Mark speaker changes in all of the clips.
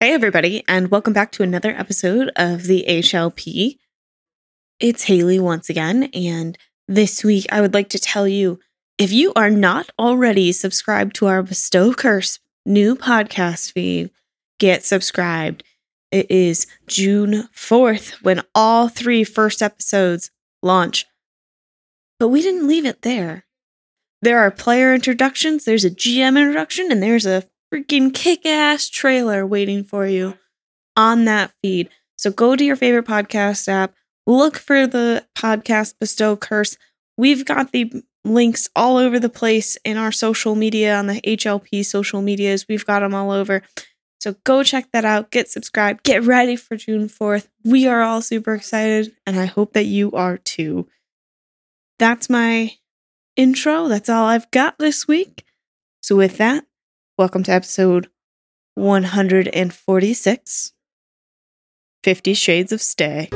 Speaker 1: Hey, everybody, and welcome back to another episode of the HLP. It's Haley once again, and this week I would like to tell you if you are not already subscribed to our Bestow Curse new podcast feed, get subscribed. It is June 4th when all three first episodes launch. But we didn't leave it there. There are player introductions, there's a GM introduction, and there's a freaking kick ass trailer waiting for you on that feed. So go to your favorite podcast app, look for the podcast Bestow Curse. We've got the links all over the place in our social media, on the HLP social medias. We've got them all over. So go check that out, get subscribed, get ready for June 4th. We are all super excited, and I hope that you are too. That's my intro. That's all I've got this week. So, with that, Welcome to episode 146 50 Shades of Stay.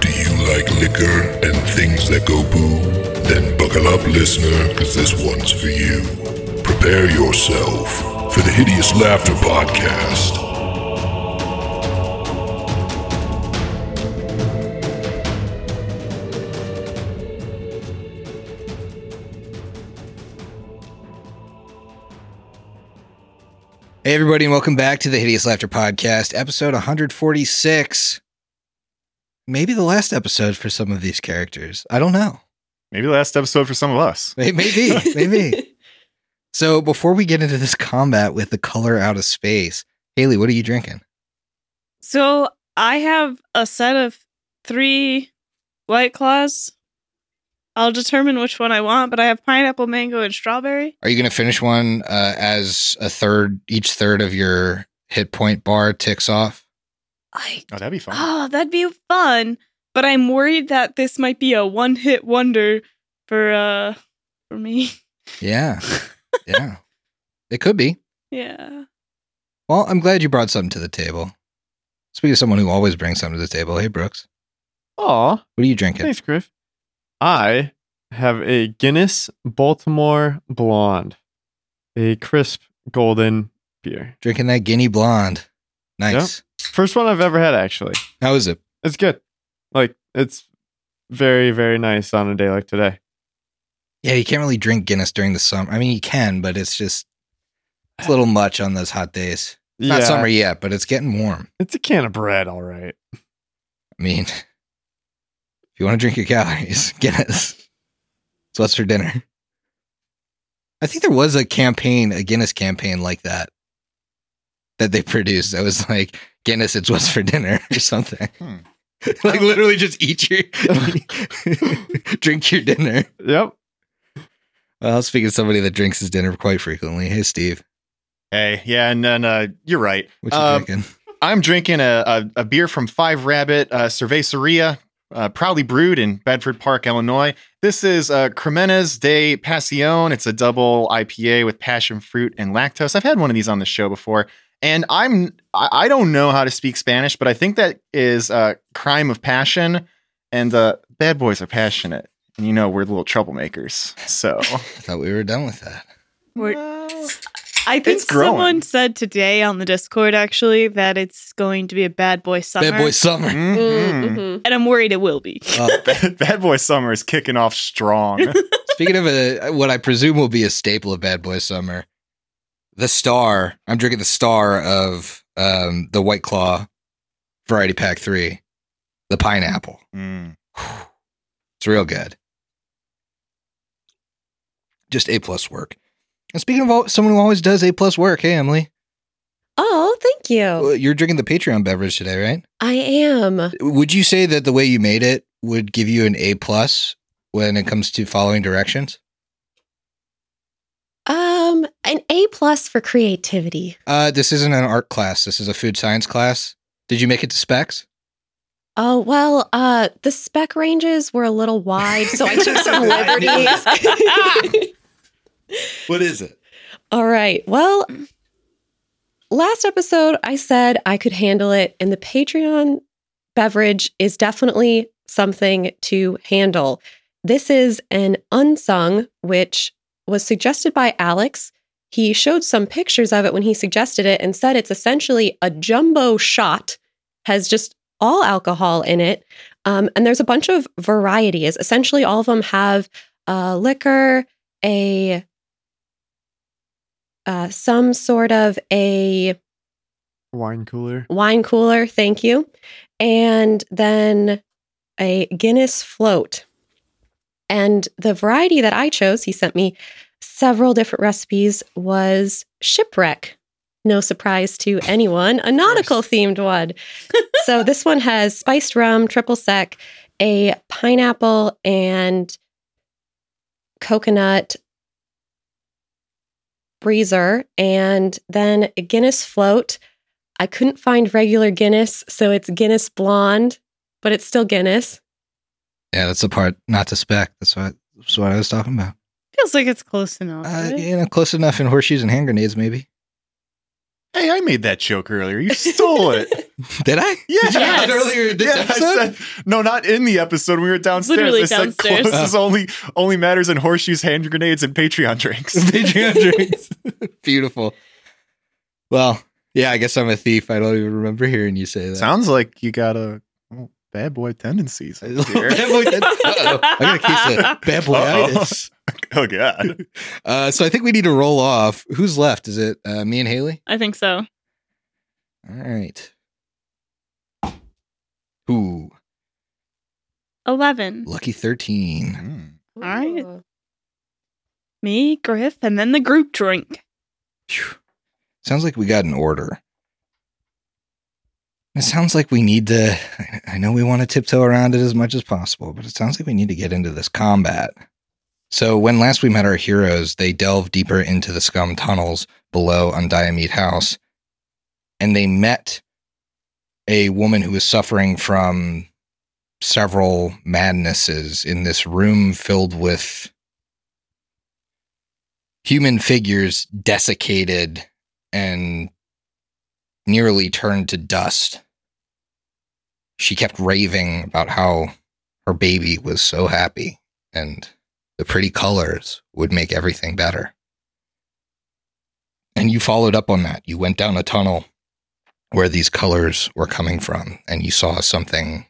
Speaker 2: Do you like liquor and things that go boo? Then buckle up, listener, because this one's for you. Prepare yourself for the Hideous Laughter Podcast.
Speaker 3: Hey, everybody, and welcome back to the Hideous Laughter Podcast, episode 146. Maybe the last episode for some of these characters. I don't know.
Speaker 4: Maybe last episode for some of us.
Speaker 3: May- Maybe, maybe. So, before we get into this combat with the color out of space, Haley, what are you drinking?
Speaker 5: So I have a set of three white claws. I'll determine which one I want, but I have pineapple, mango, and strawberry.
Speaker 3: Are you going to finish one uh, as a third, each third of your hit point bar ticks off?
Speaker 5: I
Speaker 4: Oh, that'd be fun.
Speaker 5: oh, that'd be fun. But I'm worried that this might be a one-hit wonder for uh for me.
Speaker 3: Yeah. yeah. It could be.
Speaker 5: yeah.
Speaker 3: Well, I'm glad you brought something to the table. Speaking of someone who always brings something to the table, hey, Brooks,
Speaker 6: Aw,
Speaker 3: what are you drinking?
Speaker 6: thanks, Griff. I have a Guinness Baltimore Blonde, a crisp golden beer.
Speaker 3: Drinking that Guinea Blonde. Nice.
Speaker 6: First one I've ever had, actually.
Speaker 3: How is it?
Speaker 6: It's good. Like, it's very, very nice on a day like today.
Speaker 3: Yeah, you can't really drink Guinness during the summer. I mean, you can, but it's just it's a little much on those hot days. It's Not summer yet, but it's getting warm.
Speaker 6: It's a can of bread, all right.
Speaker 3: I mean, if you want to drink your calories, Guinness. So what's for dinner? I think there was a campaign, a Guinness campaign like that, that they produced. That was like Guinness, it's what's for dinner or something.
Speaker 4: Hmm.
Speaker 3: like literally, just eat your, drink your dinner.
Speaker 6: Yep.
Speaker 3: Well, speaking of somebody that drinks his dinner quite frequently, hey Steve,
Speaker 4: Hey, yeah, and then uh, you're right.
Speaker 3: what you
Speaker 4: Um,
Speaker 3: drinking?
Speaker 4: I'm drinking a, a, a beer from Five Rabbit uh, Cerveceria, uh, proudly brewed in Bedford Park, Illinois. This is uh, Cremenes de Pasión. It's a double IPA with passion fruit and lactose. I've had one of these on the show before, and I'm I, I don't know how to speak Spanish, but I think that is uh, crime of passion, and uh, bad boys are passionate, and you know we're little troublemakers. So
Speaker 3: I thought we were done with that.
Speaker 5: We're-
Speaker 4: Uh,
Speaker 5: I think
Speaker 4: It's growing.
Speaker 5: someone said today on the Discord actually that it's going to be a bad boy summer.
Speaker 3: Bad boy summer.
Speaker 4: mhm.
Speaker 5: and I'm worried it will be.
Speaker 3: Well,
Speaker 4: Bad, Bad Boy Summer is kicking off strong.
Speaker 3: speaking of a, what I presume will be a staple of Bad Boy Summer, the star. I'm drinking the star of um, the White Claw Variety Pack Three, the pineapple.
Speaker 4: Mm.
Speaker 3: It's real good. Just A plus work. And speaking of all, someone who always does A plus work, hey Emily,
Speaker 7: Oh, thank you.
Speaker 3: you're drinking the Patreon beverage today, right?
Speaker 7: I am.
Speaker 3: Would you say that the way you made it would give you an A plus when it comes to following directions?
Speaker 7: Um, an A plus for creativity.
Speaker 3: Uh, this isn't an art class. This is a food science class. Did you make it to specs?
Speaker 7: Oh well, uh, the spec ranges were a little wide, so I took some liberties.
Speaker 3: What is it?
Speaker 7: All right. Well, last episode, I said I could handle it, and the Patreon beverage is definitely something to handle. This is an unsung, which was suggested by Alex. He showed some pictures of it when he suggested it and said it's essentially a jumbo shot, has just all alcohol in it. Um, and there's a bunch of varieties. Essentially, all of them have a liquor, a uh, some sort of a
Speaker 8: Wine cooler.
Speaker 7: wine cooler, thank you, and then a Guinness float. And the variety that I chose, he sent me several different recipes, was shipwreck. No surprise to anyone, a nautical themed one. so this one has spiced rum, triple sec, a pineapple, and coconut breezer, and then a Guinness float. I couldn't find regular Guinness, so it's Guinness Blonde, but it's still Guinness.
Speaker 3: Yeah, that's the part not to spec. That's what that's what I was talking about.
Speaker 1: Feels like it's close enough.
Speaker 3: Uh,
Speaker 1: right?
Speaker 3: you know, close enough in horseshoes and hand grenades, maybe.
Speaker 4: Hey, I made that joke earlier. You stole it.
Speaker 3: Did I?
Speaker 4: Yeah.
Speaker 3: Did you have it earlier this
Speaker 4: I
Speaker 3: episode?
Speaker 4: said- no, not in the episode. We were downstairs.
Speaker 1: Literally
Speaker 4: I said
Speaker 1: downstairs.
Speaker 4: closest only only matters in horseshoes, hand grenades, and Patreon drinks.
Speaker 3: Patreon drinks. Beautiful. Well, yeah, I guess I'm a thief. I don't even remember hearing you say that.
Speaker 4: Sounds like you got a oh, bad boy tendencies.
Speaker 3: bad boy, uh-oh. I got a case of bad boyitis.
Speaker 4: oh god.
Speaker 3: Uh, so I think we need to roll off. Who's left? Is it uh, me and Haley?
Speaker 1: I think so.
Speaker 3: All right. Ooh,
Speaker 1: 11.
Speaker 3: lucky 13.
Speaker 4: Hmm.
Speaker 7: All
Speaker 1: right. Me, Griff, and then the group drink.
Speaker 3: Phew. Sounds like we got an order. It sounds like we need to. I- I know we want to tiptoe around it as much as possible, but it sounds like we need to get into this combat. So, when last we met our heroes, they delved deeper into the scum tunnels below Undiamede House, and they met a woman who was suffering from several madnesses in this room filled with human figures desiccated and nearly turned to dust. She kept raving about how her baby was so happy and the pretty colors would make everything better. And you followed up on that. You went down a tunnel where these colors were coming from and you saw something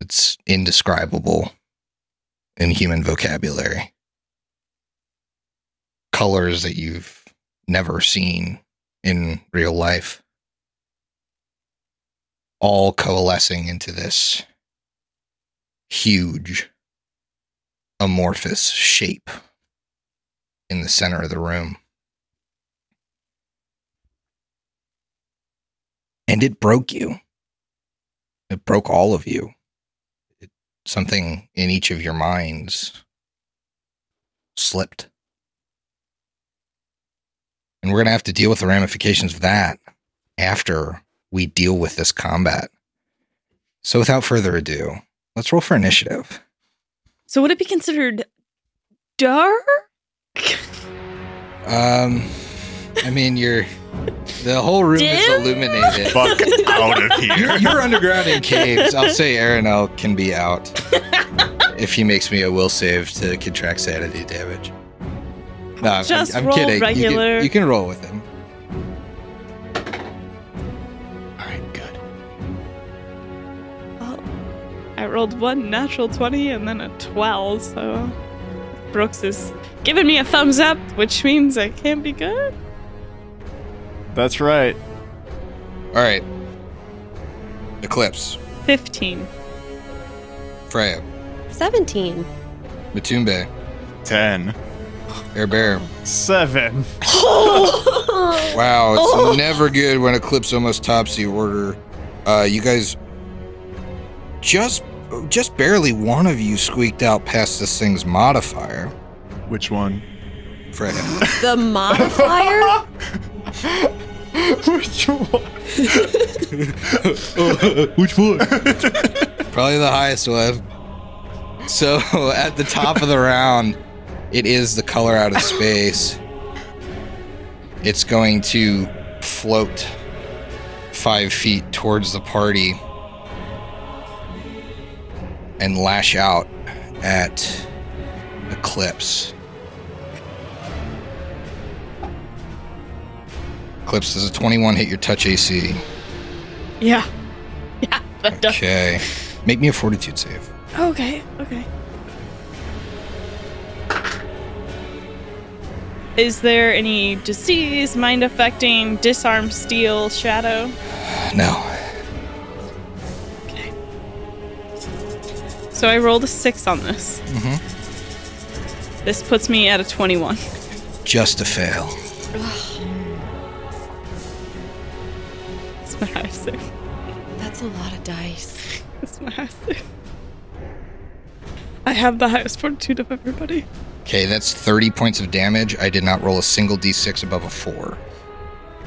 Speaker 3: that's indescribable in human vocabulary. Colors that you've never seen in real life. All coalescing into this huge, amorphous shape in the center of the room. And it broke you. It broke all of you something in each of your minds slipped. And we're going to have to deal with the ramifications of that after we deal with this combat. So, without further ado, let's roll for initiative.
Speaker 1: So would it be considered dark?
Speaker 3: Um, I mean, you're the whole room is
Speaker 1: Dim?
Speaker 3: illuminated.
Speaker 4: Fuck out of
Speaker 3: You're,
Speaker 4: here.
Speaker 3: you're underground in caves. I'll say Aranel can be out if he makes me a will save to contract sanity damage. No, I'm-
Speaker 1: Just
Speaker 3: I'm,
Speaker 1: roll
Speaker 3: kidding. You can- You
Speaker 1: regular.
Speaker 3: can, roll with him.
Speaker 4: All right, good.
Speaker 1: Well, I rolled one natural 20 and then a 12, so Brooks is giving me a thumbs up, which means I can't be good.
Speaker 8: That's right.
Speaker 3: All right. Eclipse,
Speaker 1: 15.
Speaker 3: Freya,
Speaker 7: 17.
Speaker 3: Matumbe,
Speaker 4: Ten.
Speaker 3: Airbear.
Speaker 8: Seven.
Speaker 3: Wow, it's never good when Eclipse almost tops the order. Uh, you guys just just barely one of you squeaked out past this thing's modifier.
Speaker 4: Which one?
Speaker 3: Freya.
Speaker 7: The modifier?
Speaker 4: Which one?
Speaker 3: Which one? Probably the highest one. So at the top of the round, it is the color out of space. It's going to float five feet towards the party and lash out at Eclipse. Eclipse, does a 21 hit your touch AC?
Speaker 1: Yeah. Yeah, that does.
Speaker 3: Okay. Make me a fortitude save.
Speaker 1: Okay, okay. Is there any disease, mind affecting, disarm, steel, shadow?
Speaker 3: No.
Speaker 1: So I rolled a six on this. This puts me at a 21.
Speaker 3: Just a fail.
Speaker 1: It's my highest save.
Speaker 7: That's a lot of dice.
Speaker 1: It's my highest save. I have the highest fortitude of everybody.
Speaker 3: Okay, that's 30 points of damage. I did not roll a single d6 above a 4.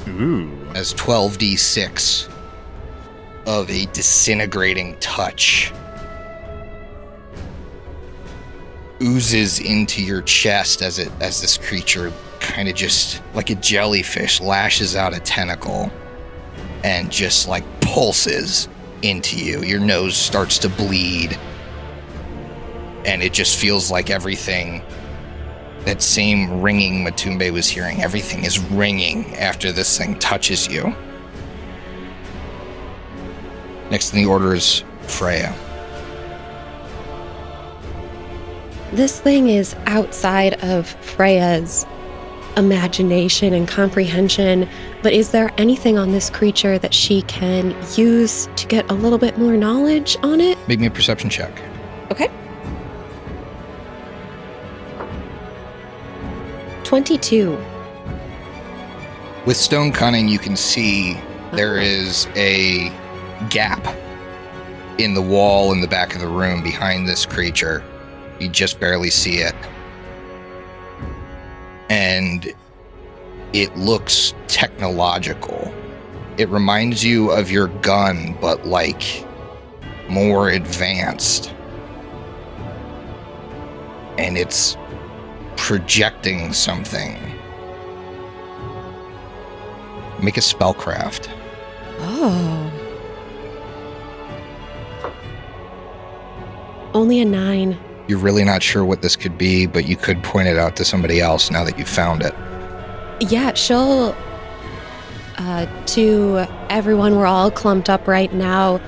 Speaker 4: Ooh.
Speaker 3: That's 12d6 of a disintegrating touch. Oozes into your chest as it as this creature kind of just like a jellyfish lashes out a tentacle and just like pulses into you. Your nose starts to bleed. And it just feels like everything that same ringing Matumbe was hearing. Everything is ringing after this thing touches you. Next in the order is Freya.
Speaker 7: This thing is outside of Freya's imagination and comprehension, but is there anything on this creature that she can use to get a little bit more knowledge on it?
Speaker 3: Make me a perception check.
Speaker 7: Okay. 22.
Speaker 3: With stone cunning, you can see there is a gap in the wall in the back of the room behind this creature. You just barely see it. And it looks technological. It reminds you of your gun, but like more advanced. And it's projecting something. Make a spellcraft.
Speaker 7: Oh. Only a nine.
Speaker 3: You're really not sure what this could be, but you could point it out to somebody else now that you've found it.
Speaker 7: Yeah, she'll. Uh, to everyone, we're all clumped up right now.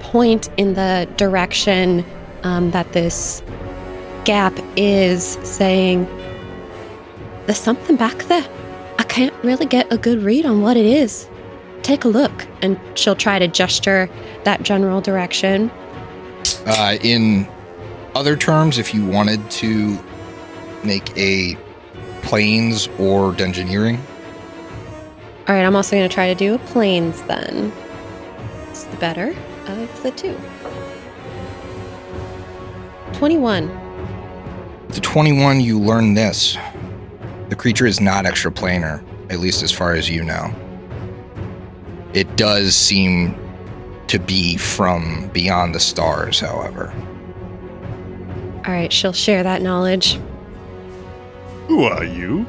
Speaker 7: Point in the direction um, that this gap is, saying, There's something back there. I can't really get a good read on what it is. Take a look. And she'll try to gesture that general direction.
Speaker 3: Uh, in other terms, if you wanted to make a planes or dungeoneering,
Speaker 7: All right, I'm also going to try to do a planes then. It's the better of the two. 21.
Speaker 3: the 21 you learn this. The creature is not extraplanar, at least as far as you know. It does seem to be from beyond the stars, however.
Speaker 7: All right, she'll share that knowledge.
Speaker 4: Who are you?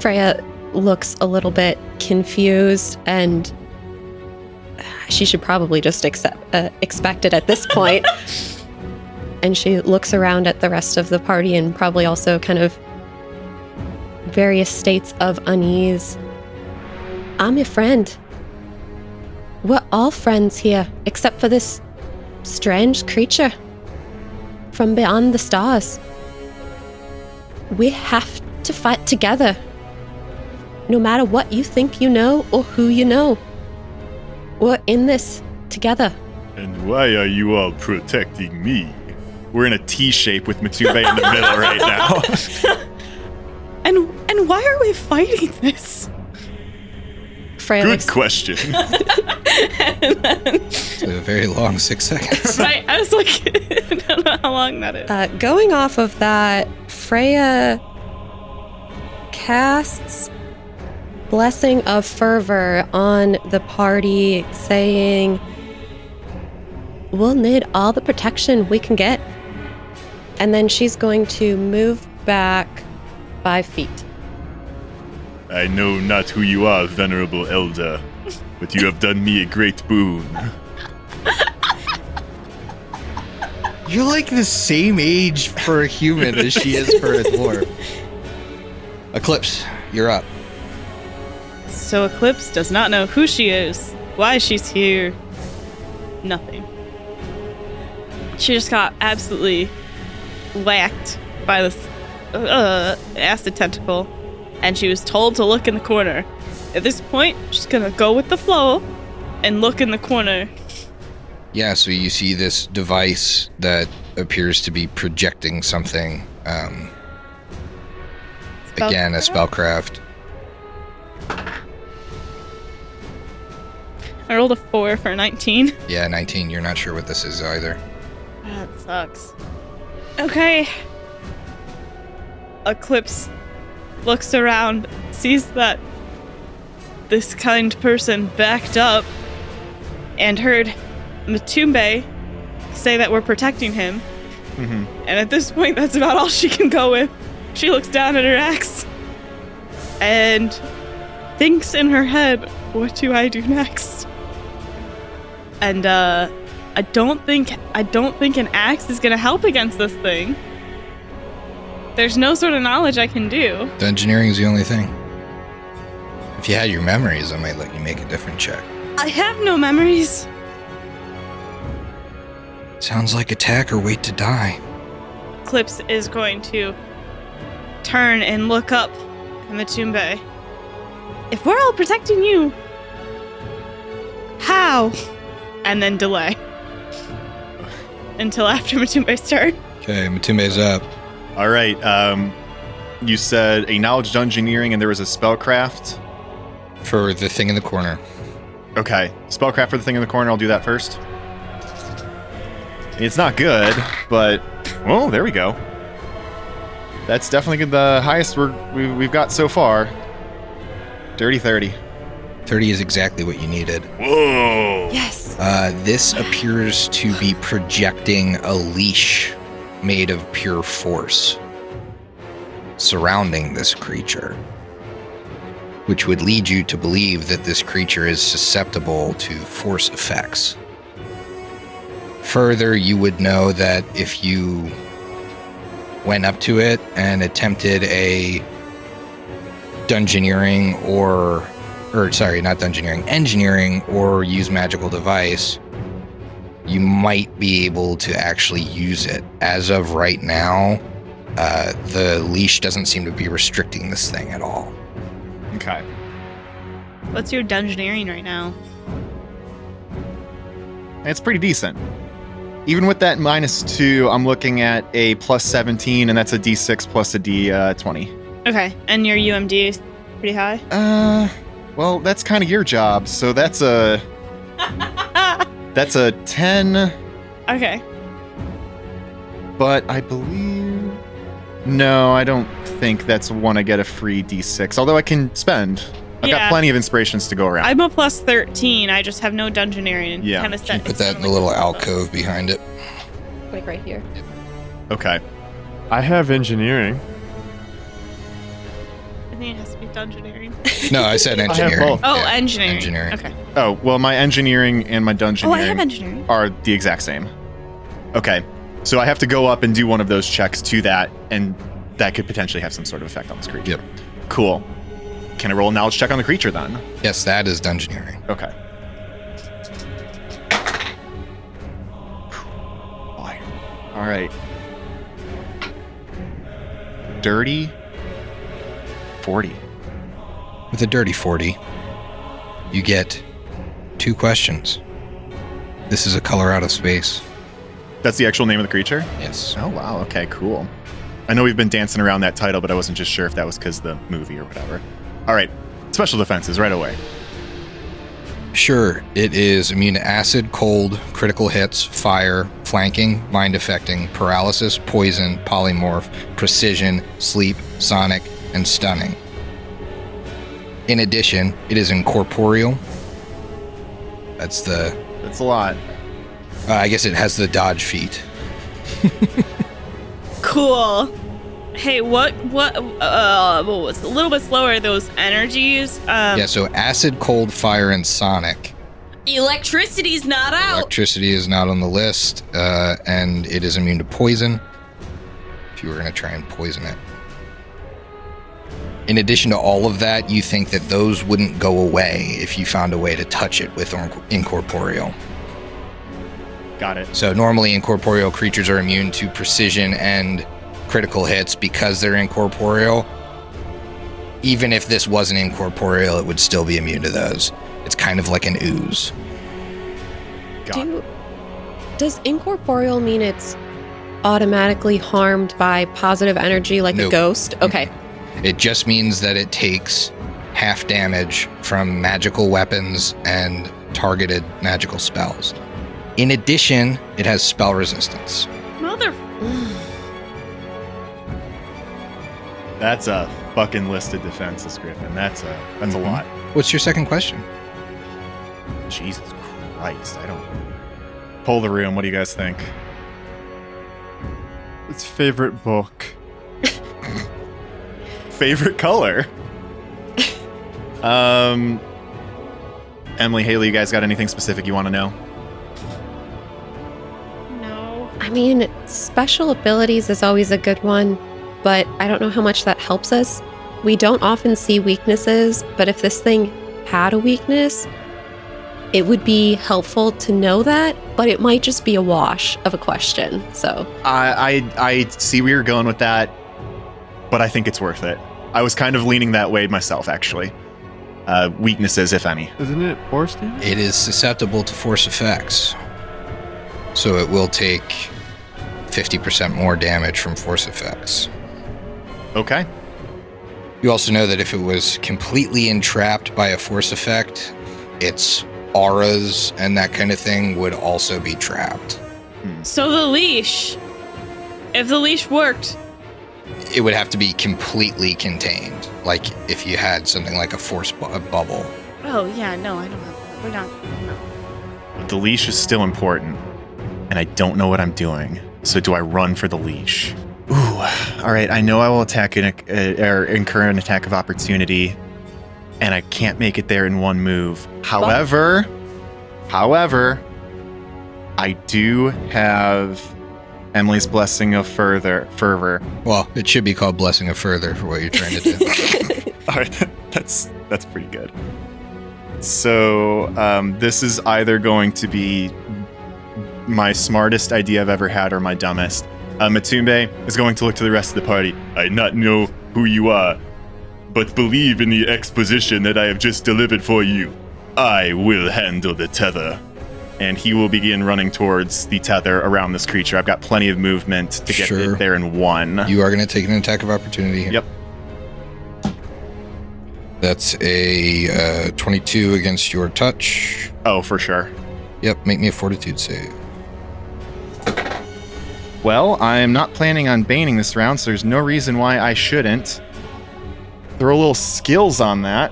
Speaker 7: Freya looks a little bit confused and she should probably just accept, uh, expect it at this point. and she looks around at the rest of the party and probably also kind of various states of unease. I'm your friend. We're all friends here, except for this strange creature from beyond the stars. We have to fight together no matter what you think you know or who you know. We're in this together.
Speaker 4: And why are you all protecting me? We're in a T shape with Matsube in the middle right now.
Speaker 1: And and why are we fighting this?
Speaker 7: Freya
Speaker 4: Good
Speaker 7: looks,
Speaker 4: question.
Speaker 1: and then,
Speaker 3: It's a very long six seconds.
Speaker 1: right, I was like, I don't know how long that is.
Speaker 7: uh, going off of that, Freya casts Blessing of Fervor on the party, saying, We'll need all the protection we can get. And then she's going to move back five feet.
Speaker 9: I know not who you are, venerable elder, but you have done me a great boon.
Speaker 3: You're like the same age for a human as she is for a dwarf. Eclipse, you're up.
Speaker 1: So Eclipse does not know who she is, why she's here, nothing. She just got absolutely whacked by this uh, acid tentacle, and she was told to look in the corner. At this point, she's gonna go with the flow and look in the corner.
Speaker 3: Yeah, so you see this device that appears to be projecting something. Um, again, a spellcraft.
Speaker 1: I rolled a four for 19.
Speaker 3: Yeah, 19. You're not sure what this is either.
Speaker 1: That sucks. Okay. Eclipse looks around, sees that this kind person backed up, and heard Matumbe say that we're protecting him.
Speaker 4: Mhm.
Speaker 1: And at this point, that's about all she can go with. She looks down at her axe and thinks in her head, what do I do next? And, uh,. I don't think I don't think an axe is gonna help against this thing. There's no sort of knowledge I can do.
Speaker 3: The engineering is the only thing. If you had your memories, I might let you make a different check.
Speaker 1: I have no memories.
Speaker 3: Sounds like attack or wait to die.
Speaker 1: Clips is going to turn and look up at Matumbe. If we're all protecting you, how? And then delay until after Matumbe's turn.
Speaker 3: Okay, Matumbe's up.
Speaker 4: All right. Um, you said a knowledge of engineering, and there was a spellcraft.
Speaker 3: For the thing in the corner.
Speaker 4: Okay, spellcraft for the thing in the corner. I'll do that first. It's not good, but well, there we go. That's definitely the highest we're, we, we've got so far. Dirty thirty.
Speaker 3: 30 is exactly what you needed.
Speaker 9: Whoa!
Speaker 7: Yes.
Speaker 3: Uh, this appears to be projecting a leash made of pure force surrounding this creature, which would lead you to believe that this creature is susceptible to force effects. Further, you would know that if you went up to it and attempted a dungeoneering or or sorry, not dungeoneering, engineering, or use magical device, you might be able to actually use it. As of right now, uh, the leash doesn't seem to be restricting this thing at all.
Speaker 4: Okay.
Speaker 1: What's your dungeoneering right now?
Speaker 4: And it's pretty decent. Even with that minus two, I'm looking at a plus 17, and that's a d6 plus a d20. Uh, 20.
Speaker 1: Okay, and your UMD is pretty high.
Speaker 4: uh, well, that's kind of your job. So that's a
Speaker 1: Ah!
Speaker 4: that's a 10,
Speaker 1: okay.
Speaker 4: but I believe no, I don't think that's one I get a free d6. Although I can spend. I've
Speaker 1: Yeah.
Speaker 4: got plenty of inspirations to go around.
Speaker 1: I'm a plus 13. I just have no dungeoneering. and
Speaker 4: Yeah.
Speaker 1: Kinda
Speaker 3: You
Speaker 1: set,
Speaker 3: put that in the little alcove behind it.
Speaker 7: Like right here.
Speaker 4: okay.
Speaker 8: I have engineering.
Speaker 1: I think it has to be dungeoneering.
Speaker 3: No, I said
Speaker 8: have
Speaker 3: engineering.
Speaker 8: both.
Speaker 1: Oh,
Speaker 3: Yeah.
Speaker 1: engineering.
Speaker 3: engineering.
Speaker 1: Okay.
Speaker 4: Oh well, my engineering and my dungeoneering.
Speaker 1: Oh, I have engineering.
Speaker 4: are the exact same. Okay. So I have to go up and do one of those checks to that, and that could potentially have some sort of effect on this creature.
Speaker 3: Yep.
Speaker 4: Cool. Can I roll a knowledge check on the creature then?
Speaker 3: Yes, that is dungeoneering.
Speaker 4: Okay. Fire. All right. Dirty 40.
Speaker 3: With a dirty 40, you get two questions. This is a color out of space.
Speaker 4: That's the actual name of the creature?
Speaker 3: Yes.
Speaker 4: Oh, wow. Okay, cool. I know we've been dancing around that title, but I wasn't just sure if that was because the movie or whatever. All right. Special defenses right away.
Speaker 3: Sure, it is immune to acid, cold, critical hits, fire, flanking, mind affecting, paralysis, poison, polymorph, precision, sleep, sonic, and stunning. In addition, it is incorporeal. That's the.
Speaker 4: That's a lot.
Speaker 3: Uh, I guess it has the dodge feat.
Speaker 1: Cool. Hey, what what uh what was a little bit slower those energies? Um
Speaker 3: yeah, so acid, cold, fire, and sonic.
Speaker 1: electricity's not out.
Speaker 3: Electricity is not on the list, uh, and it is immune to poison. If you were going to try and poison it. In addition to all of that, you think that those wouldn't go away if you found a way to touch it with inc- incorporeal.
Speaker 4: Got it.
Speaker 3: So normally incorporeal creatures are immune to precision and critical hits because they're incorporeal. Even if this wasn't incorporeal, it would still be immune to those. It's kind of like an ooze.
Speaker 4: Got it.
Speaker 7: Do, does incorporeal mean it's automatically harmed by positive energy like
Speaker 3: Nope.
Speaker 7: a ghost? Okay.
Speaker 3: It just means that it takes half damage from magical weapons and targeted magical spells. In addition, it has spell resistance.
Speaker 1: Mother
Speaker 4: That's a fucking list of defenses, Griffin. That's a that's
Speaker 3: Mhm.
Speaker 4: a lot.
Speaker 3: What's your second question?
Speaker 4: Jesus Christ, I don't. Pull the room. What do you guys think?
Speaker 8: Its favorite book.
Speaker 4: Favorite color? um, Emily Haley, you guys got anything specific you want to know?
Speaker 1: No.
Speaker 7: I mean, special abilities is always a good one, but I don't know how much that helps us. We don't often see weaknesses, but if this thing had a weakness, it would be helpful to know that, but it might just be a wash of a question. So,
Speaker 4: I I, I see where you're going with that, but I think it's worth it. I was kind of leaning that way myself, actually. Uh, weaknesses, if any.
Speaker 8: Isn't it force damage?
Speaker 3: It is susceptible to force effects. So it will take 50% more damage from force effects.
Speaker 4: Okay.
Speaker 3: You also know that if it was completely entrapped by a force effect, its auras and that kind of thing would also be trapped.
Speaker 1: So the leash. If the leash worked,
Speaker 3: It would have to be completely contained, like if you had something like a force bu- a bubble.
Speaker 1: Oh yeah, no, I don't have. We're not. No.
Speaker 4: But the leash is still important, and I don't know what I'm doing. So do I run for the leash? Ooh, all right. I know I will attack an, uh, or incur an attack of opportunity, and I can't make it there in one move. However, however, I do have Emily's blessing of further fervor.
Speaker 3: Well, it should be called Blessing of Further for what you're trying to do.
Speaker 4: All right, that's that's pretty good. So um, this is either going to be my smartest idea I've ever had or my dumbest. Uh, Matumbe is going to look to the rest of the party.
Speaker 9: I not know who you are, but believe in the exposition that I have just delivered for you. I will handle the tether.
Speaker 4: and he will begin running towards the tether around this creature. I've got plenty of movement to get
Speaker 3: Sure.
Speaker 4: it there in one.
Speaker 3: you are going to take an attack of opportunity here.
Speaker 4: Yep.
Speaker 3: That's a uh, 22 against your touch.
Speaker 4: oh, for sure.
Speaker 3: Yep, make me a fortitude save.
Speaker 4: Well, I'm not planning on baning this round, so there's no reason why I shouldn't. Throw a little skills on that.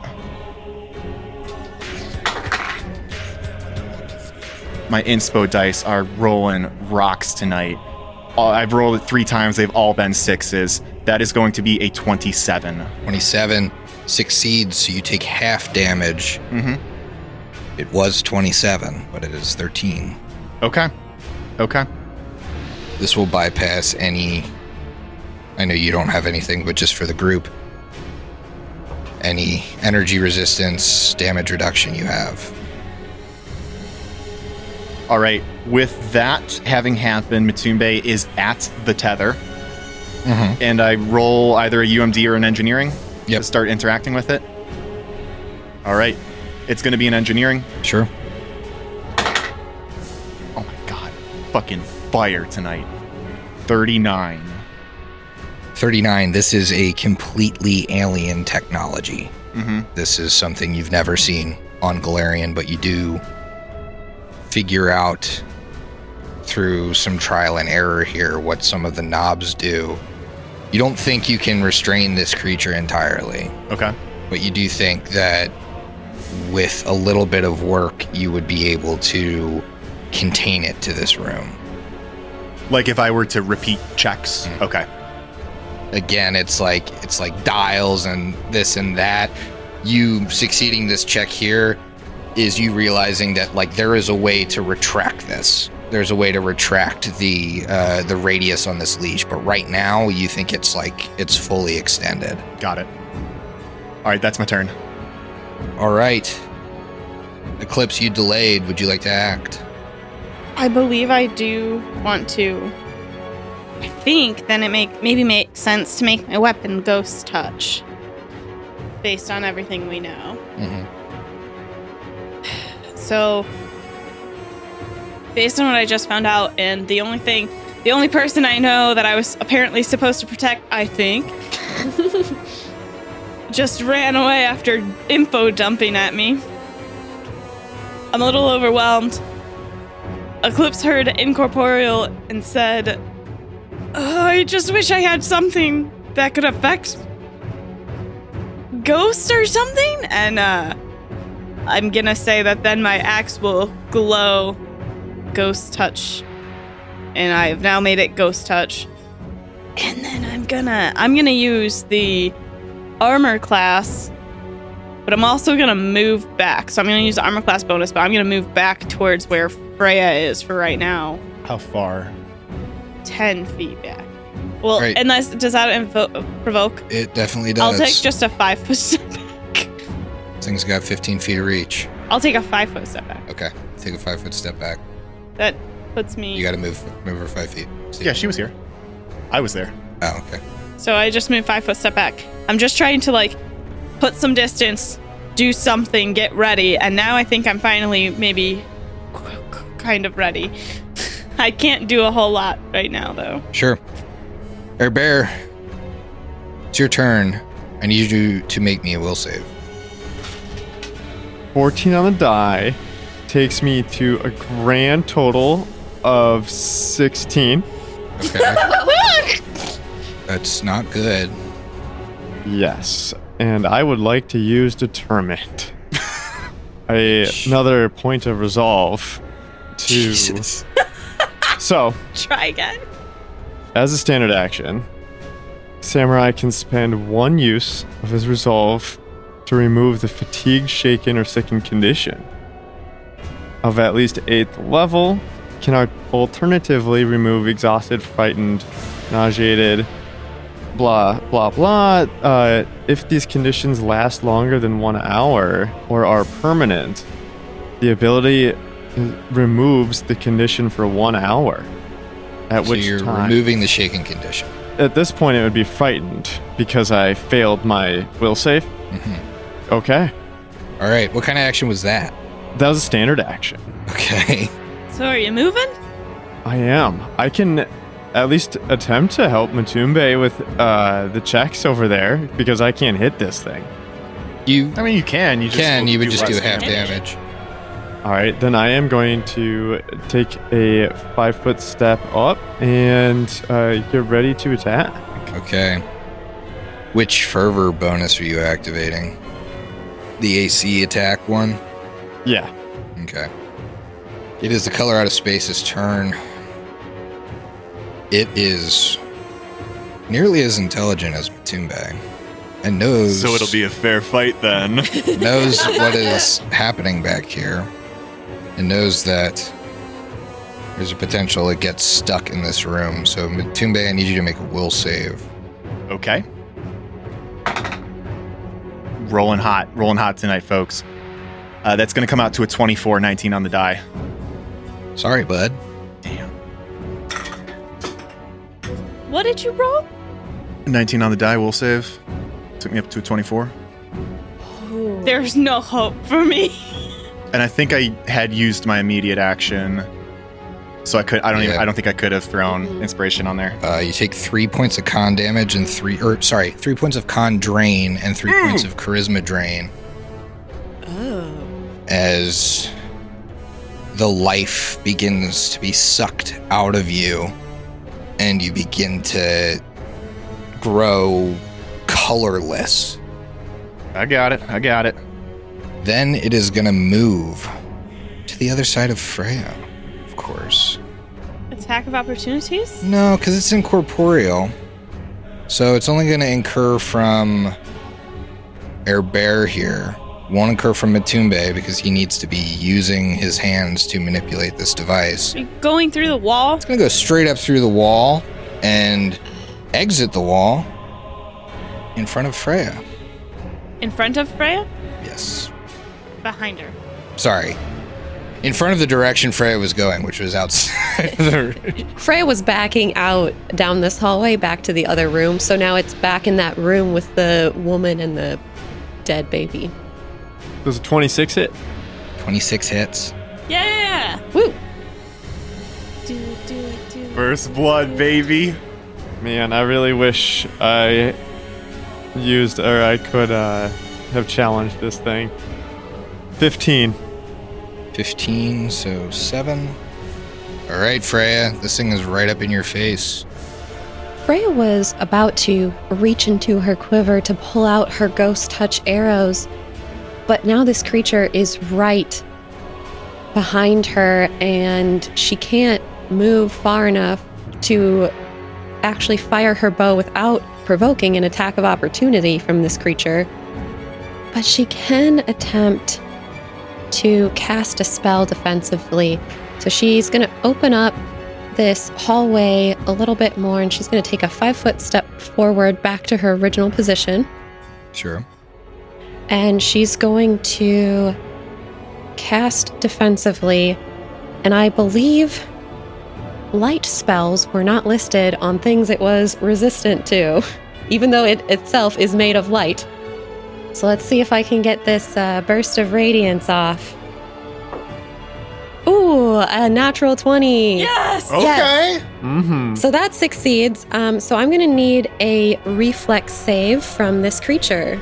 Speaker 4: My inspo dice are rolling rocks tonight. Uh, I've rolled it three times, they've all been sixes. That is going to be a 27.
Speaker 3: 27 succeeds, so you take half damage.
Speaker 4: hmm
Speaker 3: It was 27, but it is 13.
Speaker 4: Okay. Okay.
Speaker 3: This will bypass any. I know you don't have anything, but just for the group, any energy resistance, damage reduction you have.
Speaker 4: All right. With that having happened, Matumbe is at the tether,
Speaker 3: Mm-hmm.
Speaker 4: and I roll either a UMD or an engineering
Speaker 3: Yep.
Speaker 4: to start interacting with it. All right. It's going to be an engineering.
Speaker 3: Sure.
Speaker 4: Oh my god. Fucking fire tonight. 39.
Speaker 3: 39. This is a completely alien technology.
Speaker 4: Mm-hmm.
Speaker 3: This is something you've never seen on Galarian, but you do figure out through some trial and error here what some of the knobs do. You don't think you can restrain this creature entirely,
Speaker 4: Okay.
Speaker 3: but you do think that with a little bit of work, you would be able to contain it to this room.
Speaker 8: Mm-hmm.
Speaker 4: Like if I were to repeat checks. Okay.
Speaker 3: again it's like it's like dials and this and that you succeeding this check here is you realizing that like there is a way to retract this there's a way to retract the uh, the radius on this leash but right now you think it's like it's fully extended
Speaker 4: Got it. All right, that's my turn.
Speaker 3: all right eclipse you delayed would you like to act
Speaker 1: I believe I do want to. I think then it make maybe make sense to make my weapon ghost touch, based on everything we know.
Speaker 3: hmm
Speaker 1: So, based on what I just found out, and the only thing, the only person I know that I was apparently supposed to protect, I think, just ran away after info dumping at me. I'm a little overwhelmed. Eclipse heard incorporeal and said, "Oh, I just wish I had something that could affect ghosts or something. And, uh, I'm gonna say that then my axe will glow ghost touch. And I have now made it ghost touch. And then I'm gonna I'm gonna use the armor class, but I'm also gonna move back. So I'm gonna use the armor class bonus, but I'm gonna move back towards where Freya is for right now.
Speaker 4: How far?
Speaker 1: Ten feet back. Well,
Speaker 3: Right.
Speaker 1: unless does that invo- provoke?
Speaker 3: it definitely
Speaker 1: I'll
Speaker 3: does
Speaker 1: take just a five foot step.
Speaker 3: things got 15 feet of reach
Speaker 1: I'll take a five foot step back.
Speaker 3: okay take a five foot step back
Speaker 1: That puts me.
Speaker 3: you gotta move move her five feet See?
Speaker 4: Yeah, she was here. I was there.
Speaker 3: oh okay
Speaker 1: So I just moved five foot step back. I'm just trying to like put some distance, do something, get ready, and now I think I'm finally maybe kind of ready. I can't do a whole lot right now though.
Speaker 3: Sure. Air Bear, it's your turn. I need you to make me a will save.
Speaker 8: 14 on the die takes me to a grand total of 16.
Speaker 3: Okay. That's not good.
Speaker 8: Yes, and I would like to use determined. A, another point of resolve to.
Speaker 3: Jesus.
Speaker 8: So,
Speaker 1: Try again.
Speaker 8: as a standard action, Samurai can spend one use of his resolve to remove the fatigue, shaken, or sickened condition of at least eighth level. Can al- alternatively remove exhausted, frightened, nauseated, blah, blah, blah. Uh, if these conditions last longer than one hour or are permanent, the ability uh, removes the condition for one hour. At
Speaker 3: so
Speaker 8: which
Speaker 3: you're
Speaker 8: time,
Speaker 3: removing the shaking condition.
Speaker 8: at this point it would be frightened because I failed my will save.
Speaker 9: Mm-hmm.
Speaker 8: Okay.
Speaker 3: All right. What kind of action was that?
Speaker 8: That was a standard action.
Speaker 3: Okay.
Speaker 1: So are you moving?
Speaker 8: I am. I can at least attempt to help Matumbe with uh, the checks over there because I can't hit this thing.
Speaker 3: You
Speaker 4: I mean, you can. You just
Speaker 3: can. You would just do
Speaker 4: less
Speaker 3: half
Speaker 4: damage.
Speaker 3: damage.
Speaker 8: All right, then I am going to take a five foot step up and uh, get ready to attack.
Speaker 3: Okay. Which fervor bonus are you activating? The AC attack one?
Speaker 8: Yeah.
Speaker 3: Okay. It is the color out of space's turn. It is nearly as intelligent as Matumbe and knows
Speaker 9: So it'll be a fair fight then.
Speaker 3: knows what is happening back here and knows that there's a potential it gets stuck in this room. So Matumbe, I need you to make a will save.
Speaker 4: Okay. Rolling hot, rolling hot tonight, folks. Uh, that's going to come out to a 24, 19 on the die.
Speaker 3: Sorry, bud.
Speaker 1: What did you roll?
Speaker 4: 19 on the die will save. Took me up to a 24.
Speaker 1: There's no hope for me.
Speaker 4: And I think I had used my immediate action. So I could I don't even
Speaker 3: Yeah.
Speaker 4: I don't think I could have thrown inspiration on there.
Speaker 3: Uh, you take three points of con damage and three, or sorry, three points of con drain and three points of charisma drain.
Speaker 7: Oh.
Speaker 3: as the life begins to be sucked out of you and you begin to grow colorless.
Speaker 4: I got it. I got it.
Speaker 3: Then it is going to move to the other side of Freya, of course.
Speaker 1: Attack of opportunities?
Speaker 3: No, because it's incorporeal. So it's only going to incur from Air Bear here. Won't incur from Matumbe because he needs to be using his hands to manipulate this device.
Speaker 1: Are you Going through the wall?
Speaker 3: It's going to go straight up through the wall and exit the wall in front of Freya.
Speaker 1: In front of Freya?
Speaker 3: Yes.
Speaker 1: Behind her.
Speaker 3: Sorry. In front of the direction Freya was going, which was outside the
Speaker 7: Freya was backing out down this hallway back to the other room, so now it's back in that room with the woman and the dead baby.
Speaker 8: Does a 26 hit?
Speaker 3: 26 hits.
Speaker 1: Yeah!
Speaker 7: Woo!
Speaker 1: Do it, do it, do it.
Speaker 9: First blood, baby.
Speaker 8: Man, I really wish I used or I could uh, have challenged this thing. 15.
Speaker 3: 15, so 7. All right, Freya, this thing is right up in your face.
Speaker 7: Freya was about to reach into her quiver to pull out her ghost touch arrows, but now this creature is right behind her and she can't move far enough to actually fire her bow without provoking an attack of opportunity from this creature. But she can attempt to cast a spell defensively. So she's going to open up this hallway a little bit more and she's going to take a five foot step forward back to her original position.
Speaker 3: Sure.
Speaker 7: And she's going to cast defensively. And I believe light spells were not listed on things it was resistant to, even though it itself is made of light. So let's see if I can get this uh, burst of radiance off. Ooh, a natural 20.
Speaker 1: Yes!
Speaker 4: Okay.
Speaker 7: Yes.
Speaker 8: Mm-hmm.
Speaker 7: So that succeeds. Um, so I'm going to need a reflex save from this creature.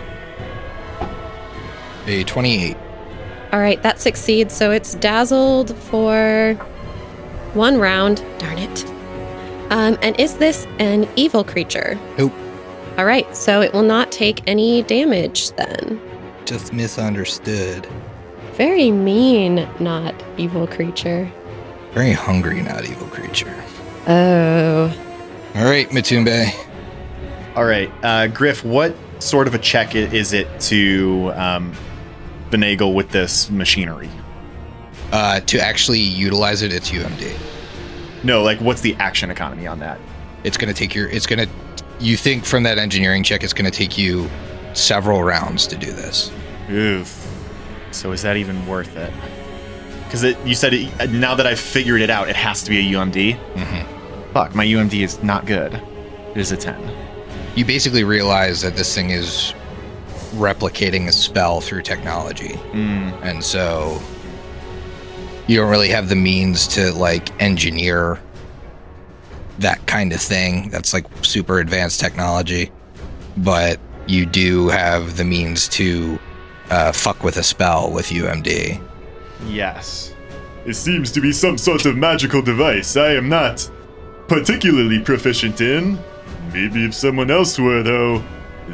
Speaker 3: A 28.
Speaker 7: All right, that succeeds. So it's dazzled for one round. Darn it. Um, and is this an evil creature?
Speaker 3: Nope.
Speaker 7: All right, so it will not take any damage then.
Speaker 3: Just misunderstood.
Speaker 7: Very mean, not evil creature.
Speaker 3: Very hungry, not evil creature.
Speaker 7: Oh.
Speaker 3: All right, Matumbe.
Speaker 4: All right, uh, Griff, what sort of a check i- is it to um, finagle with this machinery?
Speaker 3: Uh, to actually utilize it, it's UMD.
Speaker 4: No, like what's the action economy on that?
Speaker 3: It's going to take your. It's going to. You think from that engineering check, it's going to take you several rounds to do this.
Speaker 4: Oof. So is that even worth it? Because it, you said it, uh, now that I've figured it out, it has to be a UMD.
Speaker 3: hmm
Speaker 4: Fuck, my UMD is not good. Mm-hmm. It is a 10.
Speaker 3: You basically realize that this thing is replicating a spell through technology.
Speaker 4: Mm.
Speaker 3: and so you don't really have the means to like engineer that kind of thing that's like super advanced technology but you do have the means to uh, fuck with a spell with umd
Speaker 4: Yes.
Speaker 9: It seems to be some sort of magical device I am not particularly proficient in. Maybe if someone else were, though,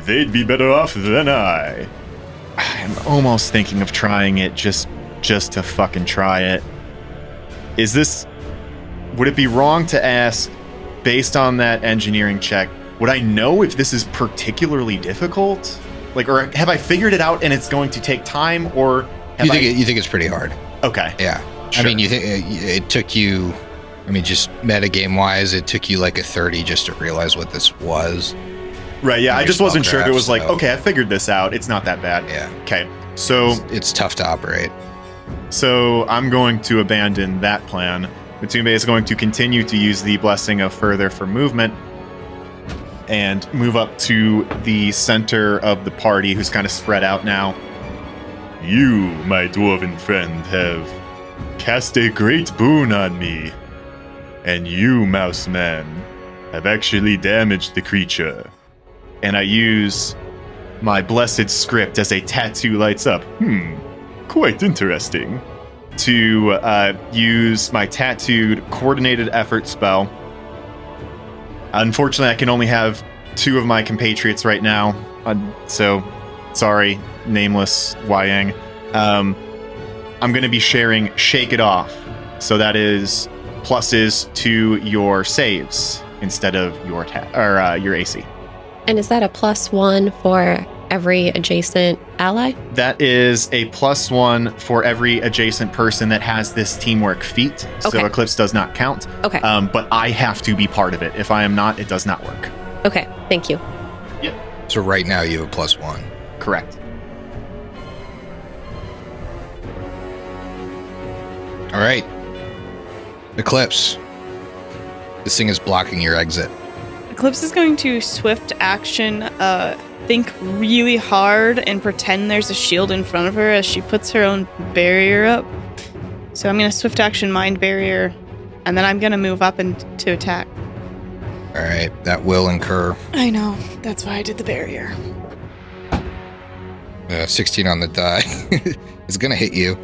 Speaker 9: they'd be better off than I.
Speaker 4: I'm almost thinking of trying it just just to fucking try it. Is this would it be wrong to ask based on that engineering check, would I know if this is particularly difficult? Like or have I figured it out and it's going to take time or have
Speaker 3: you think,
Speaker 4: I,
Speaker 3: it, you think it's pretty hard
Speaker 4: Okay.
Speaker 3: yeah i
Speaker 4: Sure.
Speaker 3: mean you think it, it took you i mean just metagame wise it took you like a 30 just to realize what this was
Speaker 4: Right, yeah, I
Speaker 3: Your
Speaker 4: just wasn't sure if it was
Speaker 3: spellcraft's
Speaker 4: like,
Speaker 3: out.
Speaker 4: okay, I figured this out. It's not that bad.
Speaker 3: yeah
Speaker 4: Okay. So
Speaker 3: it's, it's tough to operate
Speaker 4: So I'm going to abandon that plan. Matumbe is going to continue to use the blessing of further for movement and move up to the center of the party, who's kind of spread out now.
Speaker 9: You, my dwarven friend, have cast a great boon on me. And you, Mouse Man, have actually damaged the creature.
Speaker 4: And I use my blessed script as a tattoo lights up
Speaker 9: Hmm, quite interesting.
Speaker 4: to uh, use my tattooed coordinated effort spell. Unfortunately, I can only have two of my compatriots right now, uh, so sorry, nameless Wayang. Um, I'm going to be sharing Shake It Off, so that is pluses to your saves instead of your ta- or uh, your AC.
Speaker 7: And is that a plus one for every adjacent ally?
Speaker 4: That is a plus one for every adjacent person that has this teamwork feat.
Speaker 7: Okay.
Speaker 4: So Eclipse does not count.
Speaker 7: Okay.
Speaker 4: Um, but I have to be part of it. If I am not, it does not work.
Speaker 7: okay. Thank you.
Speaker 3: So right now you have a plus one.
Speaker 4: Correct.
Speaker 3: All right. Eclipse. This thing is blocking your exit.
Speaker 1: Eclipse is going to swift action, uh, think really hard, and pretend there's a shield in front of her as she puts her own barrier up. So I'm going to swift action mind barrier, and then I'm going to move up and to attack.
Speaker 3: All right. That will incur
Speaker 1: I know. That's why I did the barrier.
Speaker 3: uh, 16 on the die. it's going to hit you.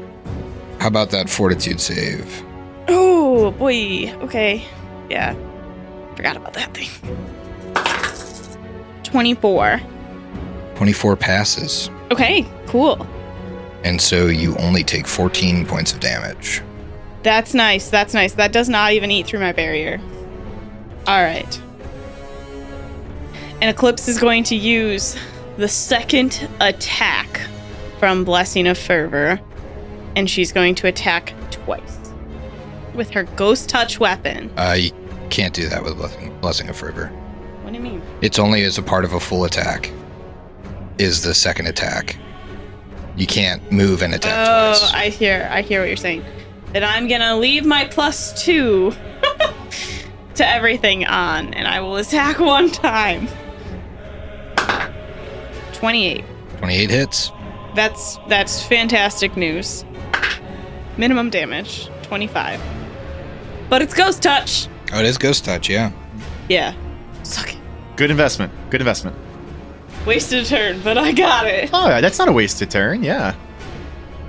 Speaker 3: How about that fortitude save?
Speaker 1: Oh, boy. Okay. Yeah. Forgot about that thing. 24.
Speaker 3: 24 passes.
Speaker 1: Okay, cool.
Speaker 3: And so you only take 14 points of damage.
Speaker 1: That's nice. That's nice. That does not even eat through my barrier. All right. And Eclipse is going to use the second attack from Blessing of Fervor, and she's going to attack twice with her Ghost Touch weapon.
Speaker 3: Uh, you can't do that with Blessing, Blessing of Fervor.
Speaker 1: What do you mean?
Speaker 3: It's only as a part of a full attack, is the second attack. You can't move and attack
Speaker 1: Oh,
Speaker 3: twice.
Speaker 1: I hear. I hear what you're saying. Then I'm gonna leave my plus two to everything on, and I will attack one time. Twenty-eight.
Speaker 3: 28 hits.
Speaker 1: That's that's fantastic news. Minimum damage, 25. But it's ghost touch.
Speaker 3: Oh, it is Ghost Touch, yeah.
Speaker 1: Yeah. Suck it.
Speaker 4: Good investment. Good investment.
Speaker 1: Wasted a turn, but I got it.
Speaker 4: Oh, yeah, that's not a wasted turn. Yeah.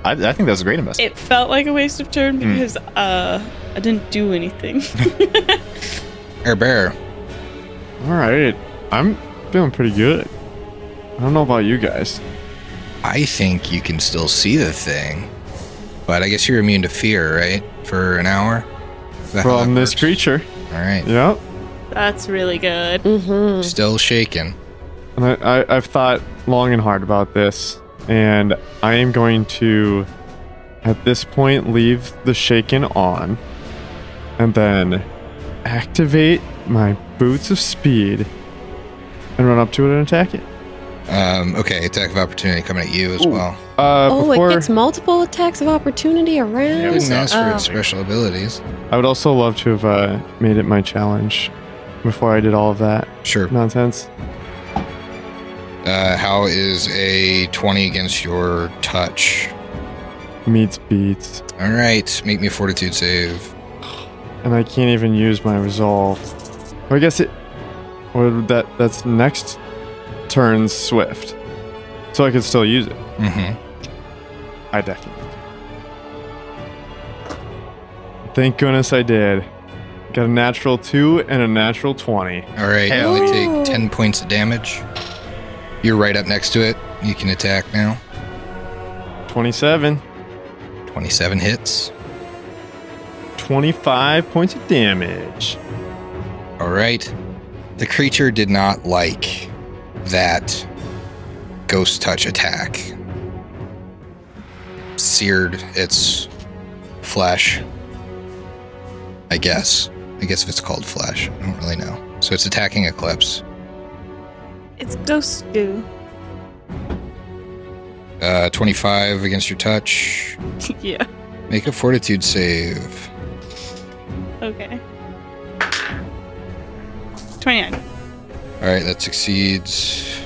Speaker 4: I, I think that was a great investment.
Speaker 1: It felt like a waste of turn
Speaker 4: Hmm.
Speaker 1: because uh I didn't do anything.
Speaker 3: Air Bear.
Speaker 8: All right. I'm feeling pretty good. I don't know about you guys.
Speaker 3: I think you can still see the thing, but I guess you're immune to fear, right? For an hour? Is that how
Speaker 8: From
Speaker 3: that
Speaker 8: this
Speaker 3: works?
Speaker 8: creature.
Speaker 3: All right.
Speaker 8: Yep.
Speaker 1: That's really good.
Speaker 7: Mm-hmm.
Speaker 3: Still shaken.
Speaker 8: And I, I, I've thought long and hard about this, and I am going to, at this point, leave the shaken on, and then activate my boots of speed, and run up to it and attack it.
Speaker 3: Um, okay, attack of opportunity coming at you as
Speaker 8: Ooh.
Speaker 3: well.
Speaker 8: Uh,
Speaker 7: oh,
Speaker 8: before
Speaker 7: it gets multiple attacks of opportunity around.
Speaker 3: It didn't ask for
Speaker 7: Oh.
Speaker 3: its special abilities.
Speaker 8: I would also love to have uh, made it my challenge before I did all of that
Speaker 3: Sure.
Speaker 8: nonsense.
Speaker 3: Uh, how is a 20 against your touch?
Speaker 8: Meets beats,
Speaker 3: All right, make me a fortitude save.
Speaker 8: and I can't even use my resolve. Well, I guess it. Well, that that's next turn's swift, so I could still use it.
Speaker 3: Mm-hmm.
Speaker 8: I definitely. Thank goodness I did. Got a natural two and a natural twenty.
Speaker 3: All right, you
Speaker 4: Hell
Speaker 3: only
Speaker 7: yeah.
Speaker 3: take 10 points of damage. You're right up next to it. You can attack now.
Speaker 8: Twenty-seven.
Speaker 3: 27 hits.
Speaker 8: Twenty-five points of damage.
Speaker 3: All right. The creature did not like that ghost touch attack. Seared its flesh. I guess. I guess if it's called flesh. I don't really know. So it's attacking Eclipse.
Speaker 1: It's ghost goo.
Speaker 3: Uh, 25 against your touch.
Speaker 1: yeah.
Speaker 3: Make a fortitude save.
Speaker 1: Okay. 29.
Speaker 3: All right, that succeeds.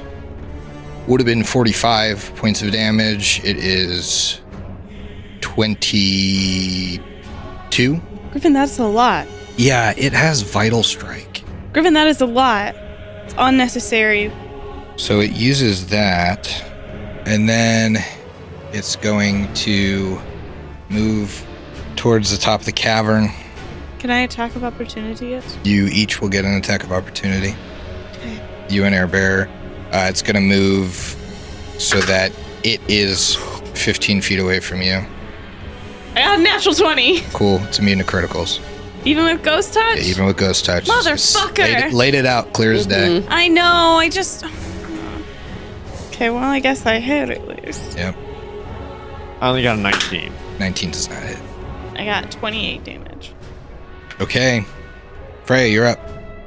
Speaker 3: Would have been 45 points of damage. It is 22.
Speaker 1: Griffin, that's a lot.
Speaker 3: Yeah, it has Vital Strike.
Speaker 1: Griffin, that is a lot. It's unnecessary.
Speaker 3: So it uses that, and then it's going to move towards the top of the cavern.
Speaker 1: Can I attack of opportunity yet?
Speaker 3: You each will get an attack of opportunity.
Speaker 1: Okay.
Speaker 3: You and Air Bear. Uh, it's going to move so that it is 15 feet away from you.
Speaker 1: I got a natural 20.
Speaker 3: Cool. It's immune to criticals.
Speaker 1: Even with ghost touch?
Speaker 3: Even with ghost touch, it's just
Speaker 1: Motherfucker!
Speaker 3: Laid, it- laid it out clear as day.
Speaker 1: I know, I just. Okay, well, I guess I hit at least.
Speaker 8: I only got a 19.
Speaker 3: 19 does not hit.
Speaker 1: I got 28 damage.
Speaker 3: Okay, Freya, you're up.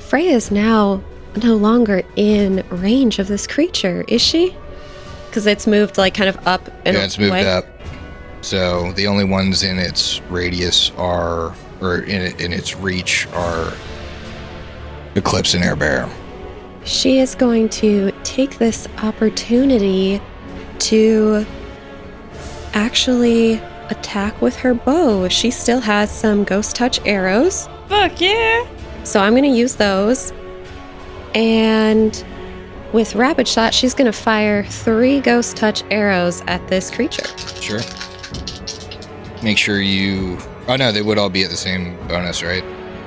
Speaker 7: Freya is now no longer in range of this creature, is she? Because it's moved like kind of up and
Speaker 3: yeah, it's moved
Speaker 7: away.
Speaker 3: up. So the only ones in its radius are, or in, in its reach are Eclipse and Airbear.
Speaker 7: She is going to take this opportunity to actually attack with her bow. She still has some ghost touch arrows,
Speaker 1: Fuck yeah!
Speaker 7: so I'm going to use those. And with rapid shot, she's going to fire three ghost touch arrows at this creature.
Speaker 3: Sure. Make sure you. Oh no, they would all be at the same bonus, right?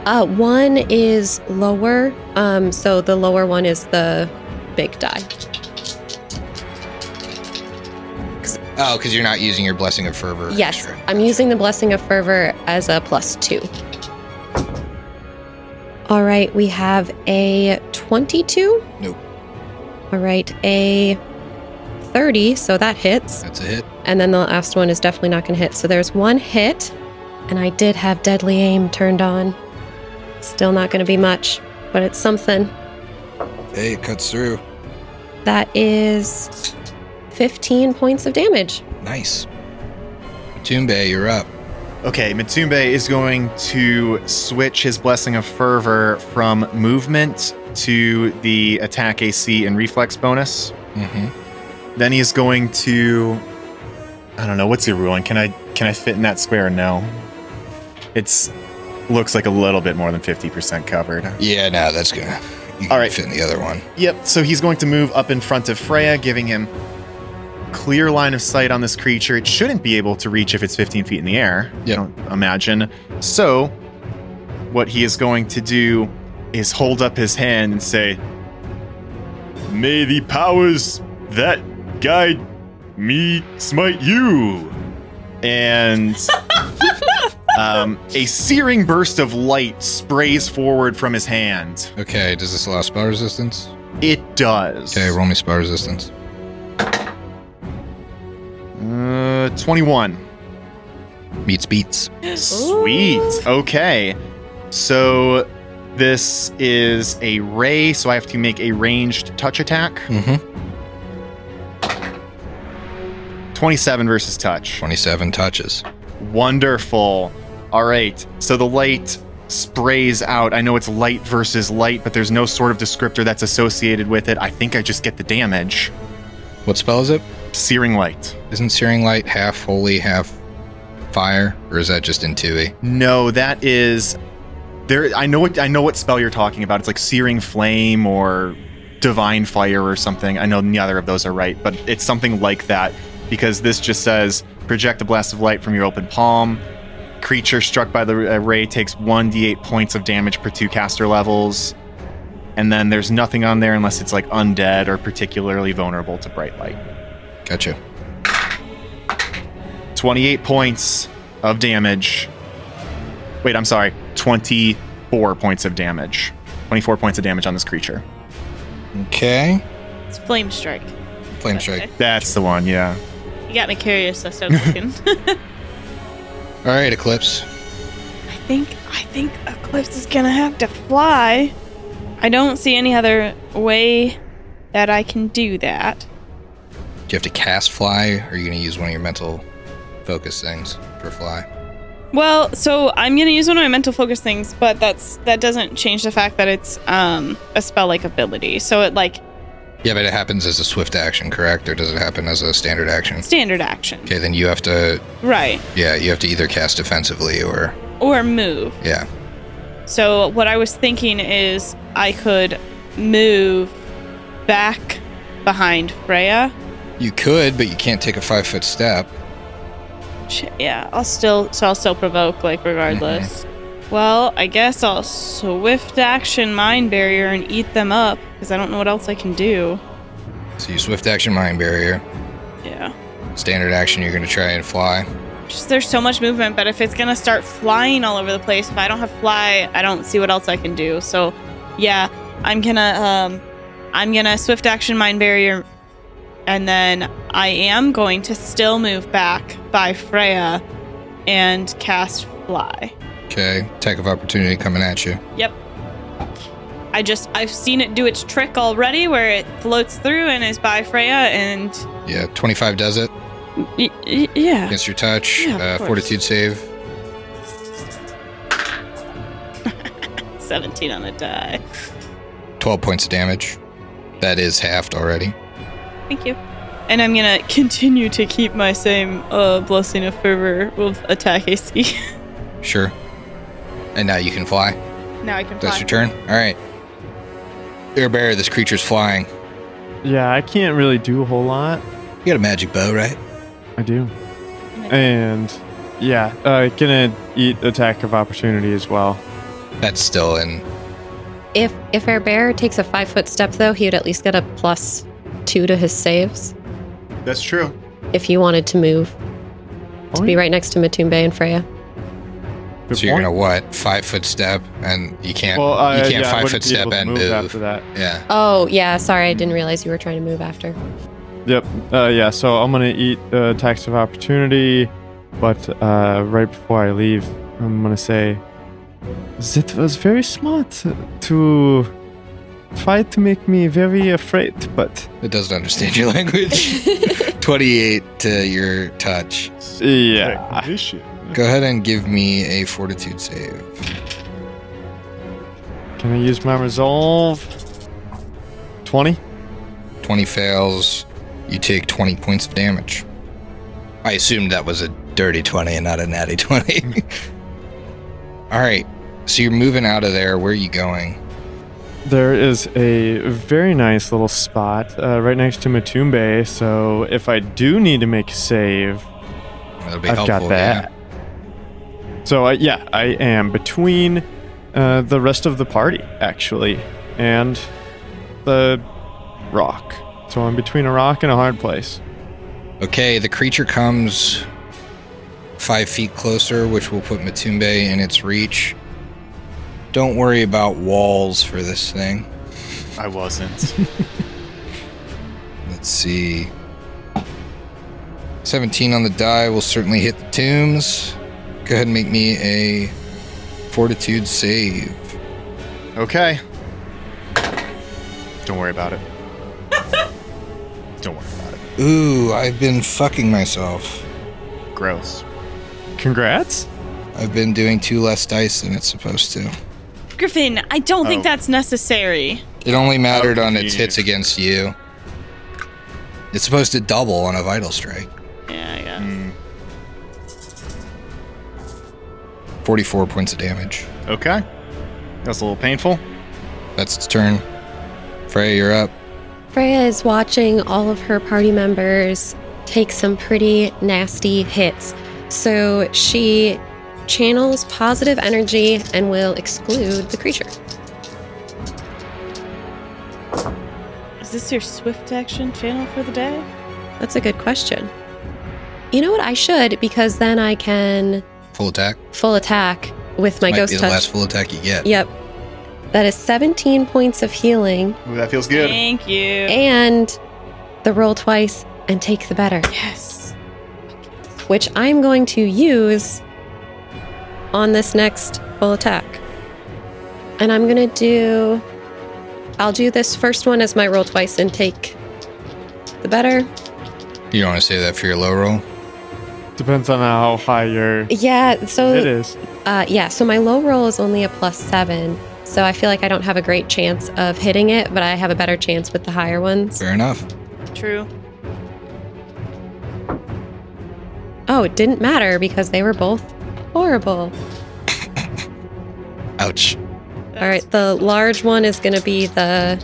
Speaker 7: Uh, one is lower, um, so the lower one is the big die.
Speaker 3: Oh, because you're not using your blessing of fervor.
Speaker 7: Yes,
Speaker 3: Sure.
Speaker 7: I'm using the Blessing of Fervor as a plus two. All right, we have a 22.
Speaker 3: Nope.
Speaker 7: All right, a 30, so that hits.
Speaker 3: That's a hit.
Speaker 7: And then the last one is definitely not going to hit. So there's one hit, and I did have Deadly Aim turned on. Still not going to be much, but it's something.
Speaker 3: Hey, it cuts through.
Speaker 7: That is 15 points of damage.
Speaker 3: Nice. Toombe, you're up.
Speaker 4: Okay, Matumbe is going to switch his Blessing of Fervor from movement to the attack AC and reflex bonus.
Speaker 3: Mm-hmm.
Speaker 4: Then he's going to I don't know, what's your ruling? Can I can I fit in that square? No. It's looks like a little bit more than 50% covered.
Speaker 3: Yeah, no, that's gonna. You can
Speaker 4: All right.
Speaker 3: Fit in the other one.
Speaker 4: Yep, so he's going to move up in front of Freya, giving him clear line of sight on this creature. It shouldn't be able to reach if it's 15 feet in the air,
Speaker 3: Yep.
Speaker 4: I don't imagine. So, what he is going to do is hold up his hand and say,
Speaker 9: May the powers that guide me smite you.
Speaker 4: and um, a searing burst of light sprays forward from his hand.
Speaker 3: Okay, does this allow spell resistance?
Speaker 4: It does.
Speaker 3: Okay, roll me spell resistance.
Speaker 4: Uh, 21.
Speaker 3: Meets beats.
Speaker 4: Sweet. Okay. So this is a ray, so I have to make a ranged touch attack.
Speaker 3: Mm-hmm.
Speaker 4: 27 versus touch.
Speaker 3: Twenty-seven touches.
Speaker 4: Wonderful. All right. So the light sprays out. I know it's light versus light, but there's no sort of descriptor that's associated with it. I think I just get the damage.
Speaker 3: What spell is it?
Speaker 4: Searing light.
Speaker 3: Isn't searing light half holy, half fire, or is that just in Tui?
Speaker 4: No, that is there I know what I know what spell you're talking about. It's like searing flame or divine fire or something. I know neither of those are right, but it's something like that because this just says project a blast of light from your open palm. Creature struck by the uh, ray takes 1d8 points of damage per two caster levels. And then there's nothing on there unless it's like undead or particularly vulnerable to bright light.
Speaker 3: Gotcha.
Speaker 4: 28 points of damage. Wait, I'm sorry. 24 points of damage. 24 points of damage on this creature.
Speaker 3: Okay.
Speaker 1: It's Flame Strike.
Speaker 3: Flame strike.
Speaker 4: That's the one, yeah.
Speaker 1: You got me curious, I started looking.
Speaker 3: All right, Eclipse.
Speaker 1: I think I think Eclipse is gonna have to fly. I don't see any other way that I can do that.
Speaker 3: Do you have to cast fly, or are you going to use one of your mental focus things for fly?
Speaker 1: Well, so I'm gonna use one of my mental focus things, but that's that doesn't change the fact that it's um, a spell like ability. So it like
Speaker 3: Yeah, but it happens as a swift action, correct? Or does it happen as a standard action?
Speaker 1: standard action,
Speaker 3: Okay, then you have to,
Speaker 1: right?
Speaker 3: yeah, you have to either cast defensively or,
Speaker 1: Or move.
Speaker 3: yeah.
Speaker 1: So what I was thinking is I could move back behind Freya.
Speaker 3: You could, but you can't take a five foot step.
Speaker 1: Sh- Yeah, I'll still so I'll still provoke like regardless. Well, I guess I'll swift action mind barrier and eat them up because I don't know what else I can do.
Speaker 3: So you swift action mind barrier.
Speaker 1: Yeah.
Speaker 3: Standard action, you're going to try and fly.
Speaker 1: Just there's so much movement, but if it's gonna start flying all over the place, if I don't have fly, I don't see what else I can do. So, yeah, I'm gonna um, I'm gonna swift action mind barrier, and then I am going to still move back by Freya, and cast fly.
Speaker 3: Okay, attack of opportunity coming at you.
Speaker 1: Yep. I just I've seen it do its trick already, where it floats through and is by Freya, and
Speaker 3: Yeah, 25 does it
Speaker 1: y- y- yeah,
Speaker 3: against your touch.
Speaker 1: Yeah, of
Speaker 3: uh,
Speaker 1: course.
Speaker 3: fortitude save.
Speaker 1: 17 on the die.
Speaker 3: 12 points of damage. That is halved already.
Speaker 1: Thank you. And I'm gonna continue to keep my same uh, blessing of fervor with attack AC.
Speaker 3: Sure. And now you can fly.
Speaker 1: now I can. fly.
Speaker 3: That's your turn. All right. Air Bear, this creature's flying.
Speaker 8: Yeah, I can't really do a whole lot.
Speaker 3: You got a magic bow, right?
Speaker 8: I do. And yeah, uh, gonna eat attack of opportunity as well.
Speaker 3: That's still in.
Speaker 7: If if our bear takes a five foot step though, he would at least get a plus two to his saves
Speaker 4: That's true.
Speaker 7: if you wanted to move to be right next to Matumbe and Freya.
Speaker 8: Good
Speaker 3: so you're
Speaker 8: point.
Speaker 3: gonna what? Five foot step, and you can't.
Speaker 8: Well, uh,
Speaker 3: you can't
Speaker 8: yeah, I
Speaker 3: five
Speaker 8: wouldn't
Speaker 3: foot
Speaker 8: be
Speaker 3: step
Speaker 8: able to
Speaker 3: and
Speaker 8: move
Speaker 3: move.
Speaker 8: after that.
Speaker 3: Yeah.
Speaker 7: Oh yeah, sorry, I didn't realize you were trying to move after.
Speaker 8: Yep. Uh, yeah. So I'm gonna eat uh, attacks of opportunity, but uh, right before I leave, I'm gonna say that was very smart to try to make me very afraid, but
Speaker 3: It doesn't understand your language. Twenty-eight to your touch.
Speaker 8: yeah,
Speaker 9: Technician.
Speaker 3: Go ahead and give me a fortitude save.
Speaker 8: can I use my resolve? Twenty.
Speaker 3: Twenty fails. You take twenty points of damage. I assumed that was a dirty twenty and not a natty twenty. All right. So you're moving out of there. Where are you going?
Speaker 8: There is a very nice little spot uh, right next to Matumbe, so if I do need to make a save,
Speaker 3: That'll be
Speaker 8: I've
Speaker 3: helpful.
Speaker 8: got that. So uh, yeah, I am between uh, the rest of the party actually, and the rock. So I'm between a rock and a hard place.
Speaker 3: Okay, the creature comes five feet closer, which will put Matumbe in its reach. Don't worry about walls for this thing.
Speaker 4: I wasn't.
Speaker 3: Let's see. 17 on the die will certainly hit the tombs. Go ahead and make me a fortitude save.
Speaker 4: okay. Don't worry about it. Don't worry about it.
Speaker 3: Ooh, I've been fucking myself.
Speaker 4: Gross.
Speaker 8: Congrats!
Speaker 3: I've been doing two less dice than it's supposed to.
Speaker 1: Griffin, I don't think
Speaker 4: Oh.
Speaker 1: that's necessary.
Speaker 3: It only mattered on its
Speaker 4: geez.
Speaker 3: hits against you. It's supposed to double on a vital strike.
Speaker 1: Yeah, yeah.
Speaker 3: 44 points of damage.
Speaker 4: Okay. That's a little painful.
Speaker 3: That's its turn. Freya, you're up.
Speaker 7: Freya is watching all of her party members take some pretty nasty hits. So she channels positive energy and will exclude the creature.
Speaker 1: Is this your swift action channel for the day?
Speaker 7: That's a good question. You know what? I should because then I can
Speaker 3: Full attack.
Speaker 7: full attack with my
Speaker 3: Might
Speaker 7: ghost
Speaker 3: be the
Speaker 7: touch.
Speaker 3: last full attack you get.
Speaker 7: Yep. That is 17 points of healing
Speaker 4: Ooh, that feels good.
Speaker 1: Thank you.
Speaker 7: and the roll twice and take the better,
Speaker 1: yes.
Speaker 7: which I'm going to use on this next full attack. And I'm going to do. I'll do this first one as my roll twice and take the better.
Speaker 3: You don't want to say that for your low roll.
Speaker 8: Depends on how high your
Speaker 7: Yeah, so
Speaker 8: it is.
Speaker 7: Uh, yeah, so my low roll is only a plus seven. So I feel like I don't have a great chance of hitting it, but I have a better chance with the higher ones.
Speaker 3: Fair enough.
Speaker 1: True.
Speaker 7: Oh, it didn't matter because they were both horrible.
Speaker 3: Ouch.
Speaker 7: All right, the large one is going to be the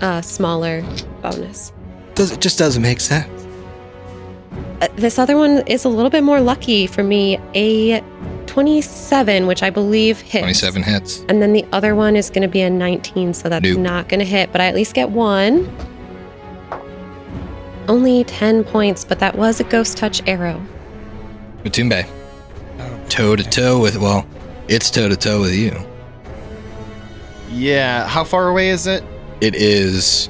Speaker 7: uh, smaller bonus.
Speaker 3: Does it just doesn't make sense.
Speaker 7: Uh, this other one is a little bit more lucky for me a 27, which I believe hits.
Speaker 3: 27 hits.
Speaker 7: And then the other one is going to be a 19, so that's
Speaker 3: Nope.
Speaker 7: not going to hit, but I at least get one. Only 10 points, but that was a ghost touch arrow.
Speaker 3: Matumbe. Toe to toe with, well, it's toe to toe with you.
Speaker 4: Yeah. How far away is it?
Speaker 3: It is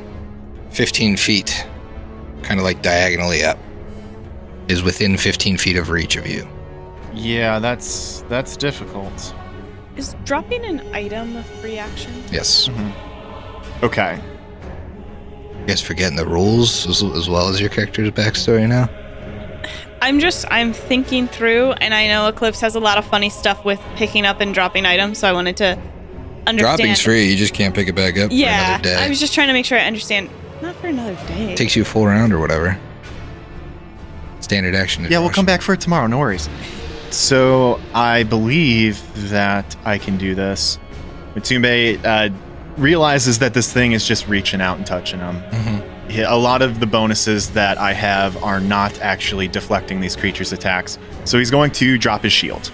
Speaker 3: 15 feet, kind of like diagonally up, is within 15 feet of reach of you.
Speaker 4: Yeah, that's that's difficult.
Speaker 1: Is dropping an item a free action?
Speaker 3: Yes.
Speaker 4: Okay.
Speaker 3: You guys forgetting the rules as, as well as your character's backstory now?
Speaker 1: I'm just I'm thinking through, and I know Eclipse has a lot of funny stuff with picking up and dropping items, so I wanted to understand.
Speaker 3: Dropping's free, you just can't pick it back up for
Speaker 1: Yeah,
Speaker 3: another day.
Speaker 1: I was just trying to make sure I understand. Not for another day.
Speaker 3: Takes you a full round or whatever. Standard action.
Speaker 4: Yeah, we'll come back for it tomorrow. No worries. So I believe that I can do this. Matumbe uh, realizes that this thing is just reaching out and touching him.
Speaker 3: Mm-hmm.
Speaker 4: Yeah, a lot of the bonuses that I have are not actually deflecting these creatures' attacks. So he's going to drop his shield.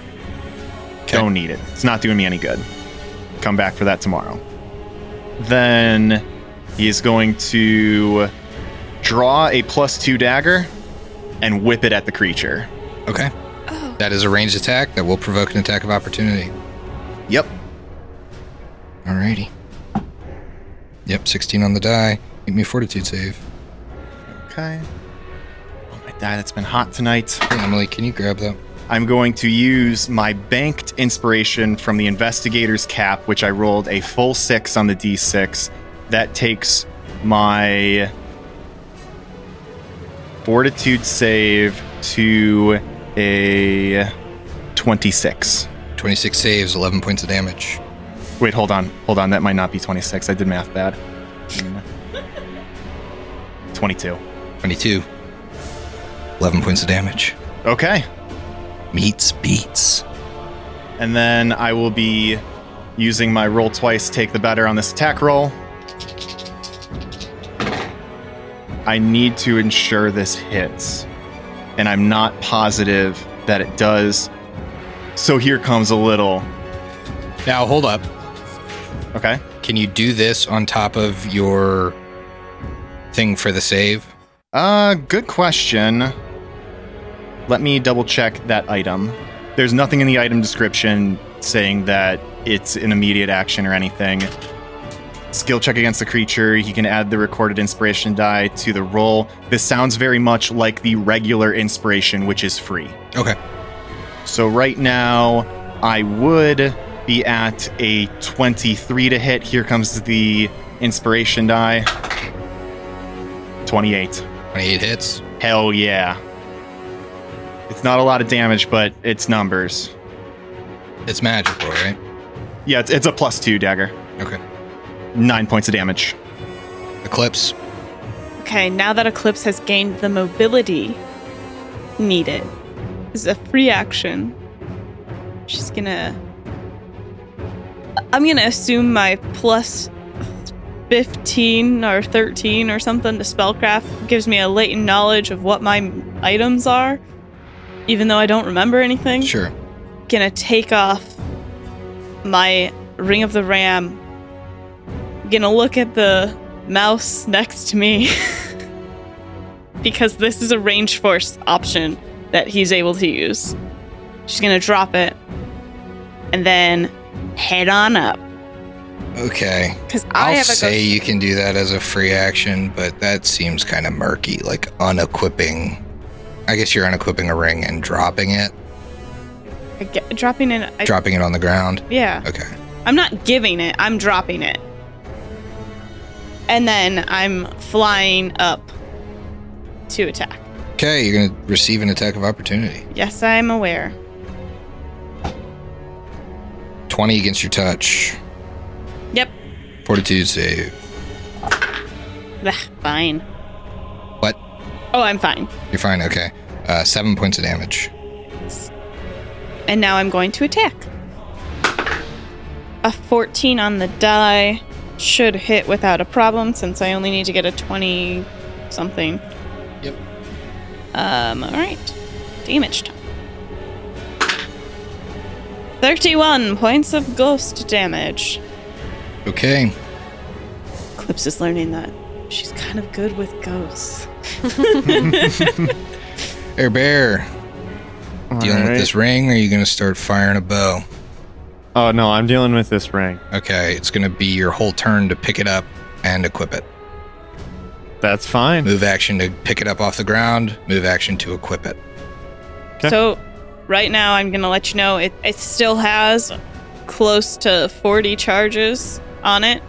Speaker 4: Don't need it. It's not doing me any good. Come back for that tomorrow. Then he is going to draw a plus two dagger and whip it at the creature.
Speaker 3: Okay.
Speaker 1: Oh.
Speaker 3: That is a ranged attack that will provoke an attack of opportunity.
Speaker 4: Yep.
Speaker 3: Alrighty. Yep, 16 on the die. Give me a fortitude save.
Speaker 4: Okay. Oh my die, that's been hot tonight.
Speaker 3: Hey, Emily, can you grab that?
Speaker 4: I'm going to use my banked inspiration from the investigator's cap, which I rolled a full six on the d6. That takes my fortitude save to a 26.
Speaker 3: 26 saves, 11 points of damage.
Speaker 4: Wait, hold on. Hold on. That might not be 26. I did math bad. Hmm. 22.
Speaker 3: 22. 11 points of damage.
Speaker 4: Okay.
Speaker 3: Meets beats.
Speaker 4: And then I will be using my roll twice, take the better on this attack roll. I need to ensure this hits. And I'm not positive that it does. So here comes a little.
Speaker 3: Now, hold up.
Speaker 4: Okay.
Speaker 3: Can you do this on top of your thing for the save?
Speaker 4: Uh, good question. Let me double check that item. There's nothing in the item description saying that it's an immediate action or anything. Skill check against the creature. He can add the recorded inspiration die to the roll. This sounds very much like the regular inspiration, which is free.
Speaker 3: Okay.
Speaker 4: So right now, I would be at a 23 to hit. Here comes the inspiration die 28.
Speaker 3: 28 hits.
Speaker 4: Hell yeah. It's not a lot of damage, but it's numbers.
Speaker 3: It's magical, right?
Speaker 4: Yeah, it's, it's a plus two dagger.
Speaker 3: Okay.
Speaker 4: Nine points of damage.
Speaker 3: Eclipse.
Speaker 1: Okay, now that Eclipse has gained the mobility needed, this is a free action. She's gonna. I'm gonna assume my plus 15 or 13 or something to spellcraft gives me a latent knowledge of what my items are, even though I don't remember anything.
Speaker 3: Sure.
Speaker 1: Gonna take off my Ring of the Ram. Gonna look at the mouse next to me because this is a range force option that he's able to use. She's gonna drop it and then head on up
Speaker 3: Okay.
Speaker 1: because I
Speaker 3: I'll
Speaker 1: have a
Speaker 3: say
Speaker 1: ghost-
Speaker 3: you can do that as a free action, but that seems kind of murky, like unequipping. I guess you're unequipping a ring and dropping it,
Speaker 1: I get- dropping it. I,
Speaker 3: dropping it on the ground.
Speaker 1: yeah,
Speaker 3: Okay.
Speaker 1: I'm not giving it. I'm dropping it, and then I'm flying up to attack.
Speaker 3: Okay, you're going to receive an attack of opportunity.
Speaker 1: Yes, I'm aware.
Speaker 3: 20 against your touch.
Speaker 1: Yep.
Speaker 3: Fortitude save.
Speaker 1: Ugh, fine.
Speaker 3: What?
Speaker 1: Oh, I'm fine.
Speaker 3: You're fine. Okay. Uh, seven points of damage.
Speaker 1: And now I'm going to attack. A 14 on the die should hit without a problem since I only need to get a 20 something.
Speaker 3: Yep.
Speaker 1: Um, alright. Damage time. 31 points of ghost damage.
Speaker 3: Okay.
Speaker 1: Clips is learning that she's kind of good with ghosts.
Speaker 3: Air Bear. Dealing with this ring, or are you going to start firing a bow?
Speaker 8: Oh no, I'm dealing with this ring.
Speaker 3: Okay, it's going to be your whole turn to pick it up and equip it.
Speaker 8: That's fine.
Speaker 3: Move action to pick it up off the ground, move action to equip it.
Speaker 8: Okay.
Speaker 1: So, right now, I'm going to let you know it, it still has close to 40 charges on it.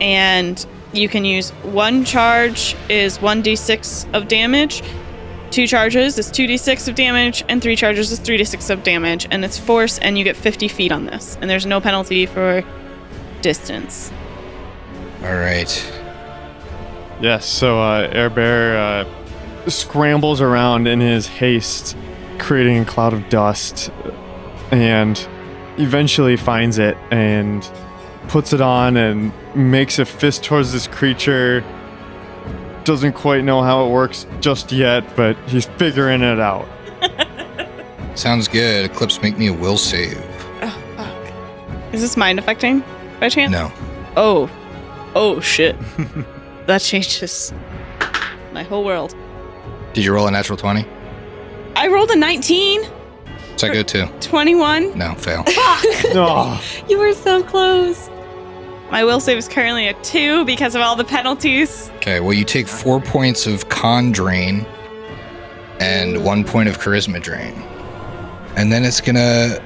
Speaker 1: And you can use one charge is 1d6 of damage, two charges is 2d6 of damage, and three charges is 3d6 of damage. And it's force, and you get 50 feet on this. And there's no penalty for distance.
Speaker 3: All right.
Speaker 8: Yes. So uh, Air Bear uh, scrambles around in his haste, creating a cloud of dust, and eventually finds it and puts it on and makes a fist towards this creature. Doesn't quite know how it works just yet, but he's figuring it out.
Speaker 3: Sounds good. Eclipse, make me a will save.
Speaker 1: Oh, fuck. Is this mind affecting by chance?
Speaker 3: No.
Speaker 1: Oh. Oh, shit. that changes my whole world.
Speaker 3: Did you roll a natural 20?
Speaker 1: I rolled a 19,
Speaker 3: So I go two.
Speaker 1: 21.
Speaker 3: No, fail.
Speaker 8: No.
Speaker 7: You were so close.
Speaker 1: My will save is currently a 2 because of all the penalties.
Speaker 3: Okay, well, you take four points of con drain and one point of charisma drain. And then it's gonna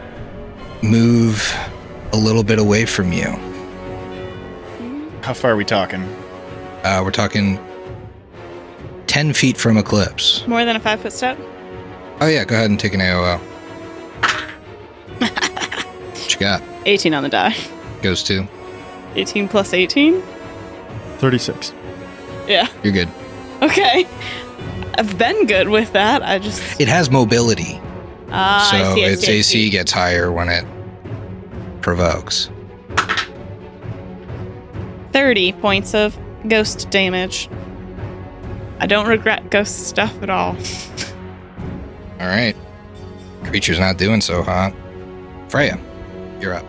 Speaker 3: move a little bit away from you.
Speaker 4: How far are we talking?
Speaker 3: Uh, we're talking 10 feet from Eclipse.
Speaker 1: More than a 5 foot step.
Speaker 3: Oh, yeah, go ahead and take an AOL. what you got?
Speaker 1: 18 on the die.
Speaker 3: Goes two.
Speaker 1: 18 plus 18?
Speaker 8: 36.
Speaker 1: Yeah.
Speaker 3: You're good.
Speaker 1: Okay. I've been good with that. I just.
Speaker 3: It has mobility,
Speaker 1: Ah, I
Speaker 3: so
Speaker 1: see, I
Speaker 3: its
Speaker 1: see, I
Speaker 3: AC
Speaker 1: see.
Speaker 3: gets higher when it provokes.
Speaker 1: 30 points of ghost damage. I don't regret ghost stuff at all.
Speaker 3: All right. Creature's not doing so hot. Freya, you're up.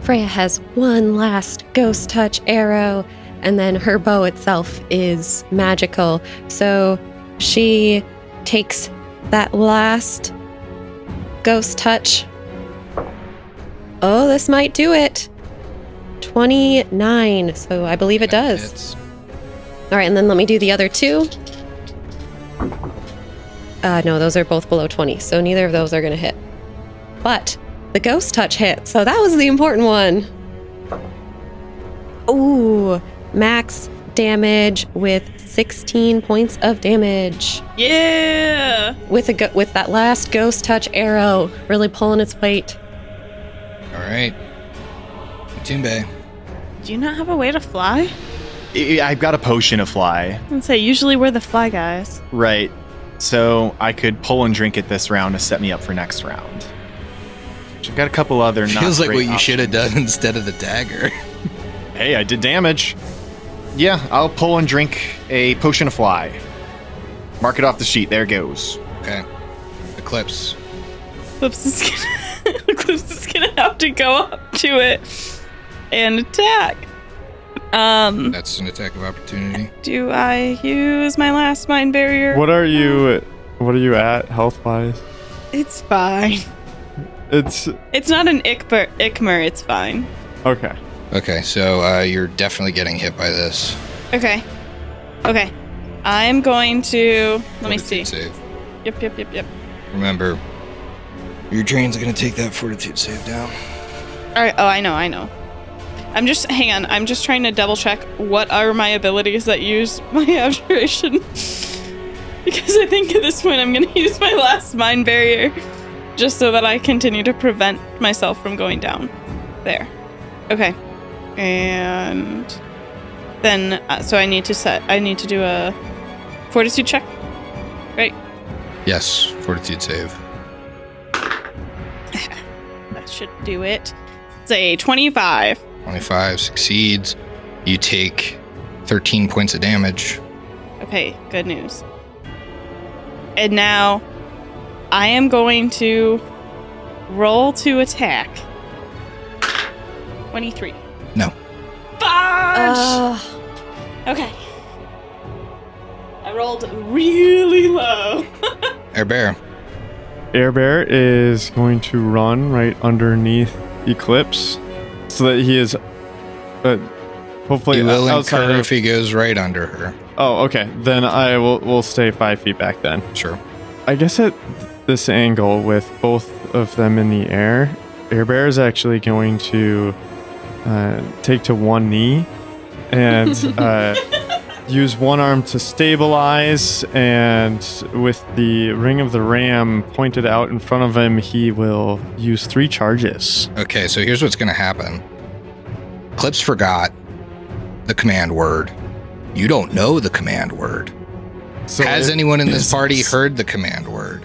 Speaker 7: Freya has one last ghost touch arrow, and then her bow itself is magical. So she takes that last ghost touch. Oh, this might do it. 29. So I believe it does.
Speaker 3: It's
Speaker 7: All right, and then let me do the other two. Uh, no, those are both below 20, so neither of those are going to hit. But the ghost touch hit, so that was the important one. Ooh, max damage with 16 points of damage.
Speaker 1: Yeah!
Speaker 7: With a go- with that last ghost touch arrow really pulling its weight.
Speaker 3: all right. Jimbe.
Speaker 1: Do you not have a way to fly?
Speaker 4: I- I've got a potion of fly.
Speaker 1: And say, usually we're the fly guys.
Speaker 4: Right. So I could pull and drink it this round to set me up for next round. Which I've got a couple other. not
Speaker 3: Feels like
Speaker 4: great
Speaker 3: what you should
Speaker 4: options.
Speaker 3: have done instead of the dagger.
Speaker 4: Hey, I did damage. Yeah, I'll pull and drink a potion of fly. Mark it off the sheet. There goes.
Speaker 3: Okay. Eclipse.
Speaker 1: Clips is gonna, Clips is gonna have to go up to it and attack. Um,
Speaker 3: That's an attack of opportunity.
Speaker 1: do I use my last mind barrier?
Speaker 8: What are you? What are you at health wise?
Speaker 1: It's fine.
Speaker 8: It's
Speaker 1: It's not an Ickmer. Ickmer. It's fine.
Speaker 8: okay.
Speaker 3: Okay, so uh, you're definitely getting hit by this.
Speaker 1: Okay. Okay. I'm going to. Let me see.
Speaker 3: Fortitude Save.
Speaker 1: Yep. Yep. Yep. Yep.
Speaker 3: Remember, your drain's gonna take that fortitude save down.
Speaker 1: All right. Oh, I know. I know. I'm just. Hang on. I'm just trying to double check what are my abilities that use my abjuration. because I think at this point I'm going to use my last mind barrier just so that I continue to prevent myself from going down. There. Okay. And then uh, so I need to set I need to do a fortitude check.
Speaker 3: Yes, fortitude save.
Speaker 1: That should do it. It's a 25.
Speaker 3: 25 succeeds. You take 13 points of damage.
Speaker 1: Okay, good news. And now I am going to roll to attack. 23.
Speaker 3: No.
Speaker 1: Fudge!
Speaker 7: Oh,
Speaker 1: okay. I rolled really low.
Speaker 3: Air Bear,
Speaker 8: Air Bear is going to run right underneath Eclipse so that he is uh, hopefully
Speaker 3: He will
Speaker 8: outside
Speaker 3: incur
Speaker 8: of-
Speaker 3: if he goes right under her.
Speaker 8: Oh, okay. Then I will will stay five feet back then.
Speaker 3: Sure.
Speaker 8: I guess at this angle with both of them in the air, Air Bear is actually going to uh, take to one knee and uh, use one arm to stabilize. And with the ring of the ram pointed out in front of him, he will use three charges.
Speaker 3: Okay, so here's what's going to happen. Clips forgot the command word. You don't know the command word.
Speaker 8: So
Speaker 3: Has
Speaker 8: it-
Speaker 3: anyone in this party
Speaker 8: business.
Speaker 3: heard the command word?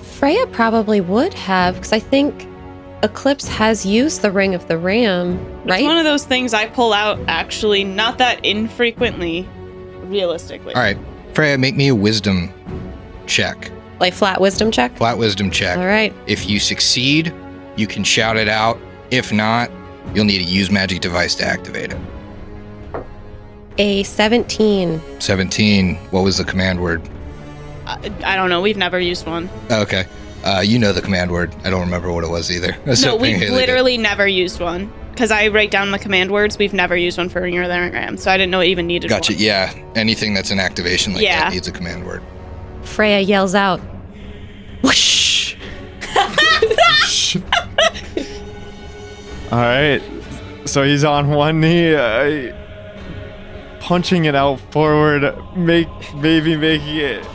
Speaker 7: Freya probably would have, because I think Eclipse has used the Ring of the Ram,
Speaker 1: It's one
Speaker 7: right?
Speaker 1: of those things I pull out actually not that infrequently, realistically.
Speaker 3: All right, Freya, make me a wisdom check,
Speaker 7: Like flat wisdom check?
Speaker 3: flat wisdom check.
Speaker 7: All right.
Speaker 3: If you succeed, you can shout it out. If not, you'll need to use magic device to activate it.
Speaker 7: A 17.
Speaker 3: 17. What was the command word?
Speaker 1: I, I don't know. We've never used one.
Speaker 3: Okay. Uh, you know the command word. I don't remember what it was either. I was
Speaker 1: no,
Speaker 3: hoping
Speaker 1: we've
Speaker 3: Haley did.
Speaker 1: literally never used one because I write down the command words. We've never used one for Ringer than Ram, so I didn't know it even needed
Speaker 3: Gotcha.
Speaker 1: one.
Speaker 3: Yeah. Anything that's an activation like
Speaker 1: Yeah.
Speaker 3: that needs a command word.
Speaker 7: Freya yells out, whoosh!
Speaker 8: All right. So he's on one knee, uh, punching it out forward, make maybe making it.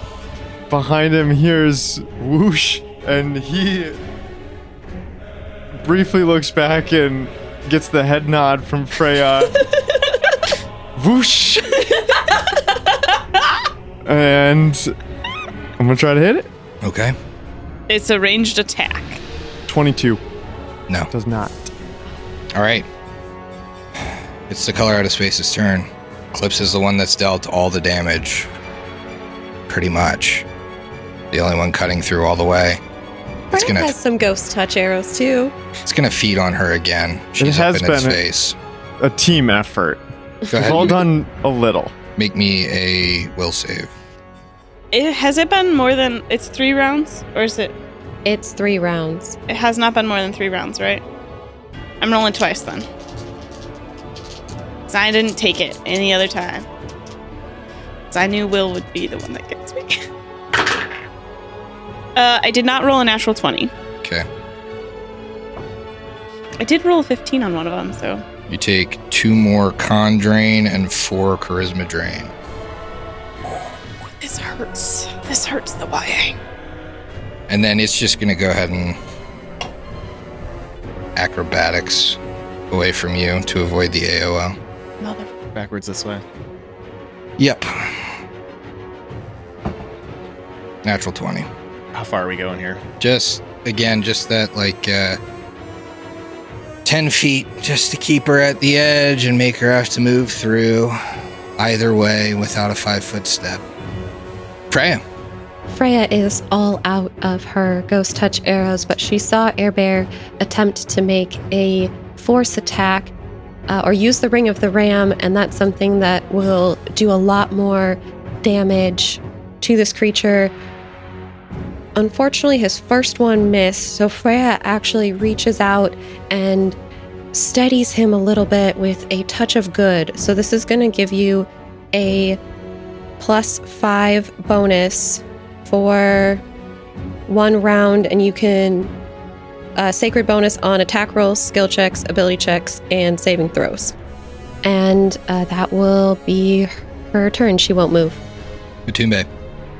Speaker 8: Behind him hears whoosh, and he briefly looks back and gets the head nod from Freya. whoosh. and I'm gonna try to hit it.
Speaker 3: Okay.
Speaker 1: It's a ranged attack.
Speaker 8: 22
Speaker 3: No.
Speaker 8: does not.
Speaker 3: All right. It's the color out of space's turn. Clips is the one that's dealt all the damage. Pretty much. The only one cutting through all the way. It's
Speaker 7: Freya
Speaker 3: gonna
Speaker 7: has some ghost touch arrows too.
Speaker 3: it's gonna feed on her again. She's
Speaker 8: has
Speaker 3: up in its
Speaker 8: been-
Speaker 3: face.
Speaker 8: A team effort.
Speaker 3: Go
Speaker 8: We've
Speaker 3: ahead.
Speaker 8: all
Speaker 3: and
Speaker 8: done a little.
Speaker 3: Make me a will save.
Speaker 1: It, has it been more than it's three rounds, or is it?
Speaker 7: It's three rounds.
Speaker 1: It has not been more than three rounds, right? I'm rolling twice then. 'Cause I didn't take it any other time. 'Cause I knew Will would be the one that gets me. uh, I did not roll a natural 20.
Speaker 3: Okay.
Speaker 1: I did roll a 15 on one of them, so.
Speaker 3: You take two more con drain and four charisma drain.
Speaker 1: This hurts. This hurts the YA.
Speaker 3: And then it's just gonna go ahead and acrobatics away from you to avoid the AOL.
Speaker 1: Mother.
Speaker 4: Backwards this way.
Speaker 3: Yep. Natural 20.
Speaker 4: How far are we going here?
Speaker 3: Just, again, just that, like, uh, 10 feet just to keep her at the edge and make her have to move through either way without a five foot step. Freya.
Speaker 7: Freya is all out of her ghost touch arrows, but she saw Air Bear attempt to make a force attack uh, or use the Ring of the Ram, and that's something that will do a lot more damage to this creature. Unfortunately, his first one missed, so Freya actually reaches out and steadies him a little bit with a touch of good. So, this is going to give you a plus five bonus for one round, and you can uh, sacred bonus on attack rolls, skill checks, ability checks, and saving throws. And uh, that will be her turn. She won't move.
Speaker 3: Matumbe.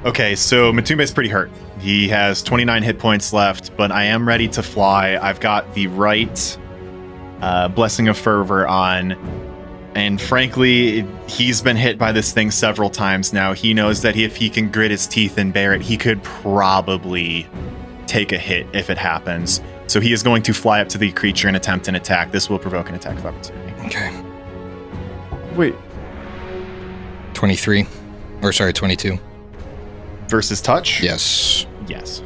Speaker 4: Okay, so Matumbe's pretty hurt. He has 29 hit points left, but I am ready to fly. I've got the right uh, Blessing of Fervor on. And frankly, he's been hit by this thing several times now. He knows that if he can grit his teeth and bear it, he could probably take a hit if it happens. So he is going to fly up to the creature and attempt an attack. This will provoke an attack of opportunity.
Speaker 3: Okay.
Speaker 8: Wait,
Speaker 3: 23. Or, sorry, 22.
Speaker 4: Versus touch?
Speaker 3: Yes.
Speaker 4: Yes.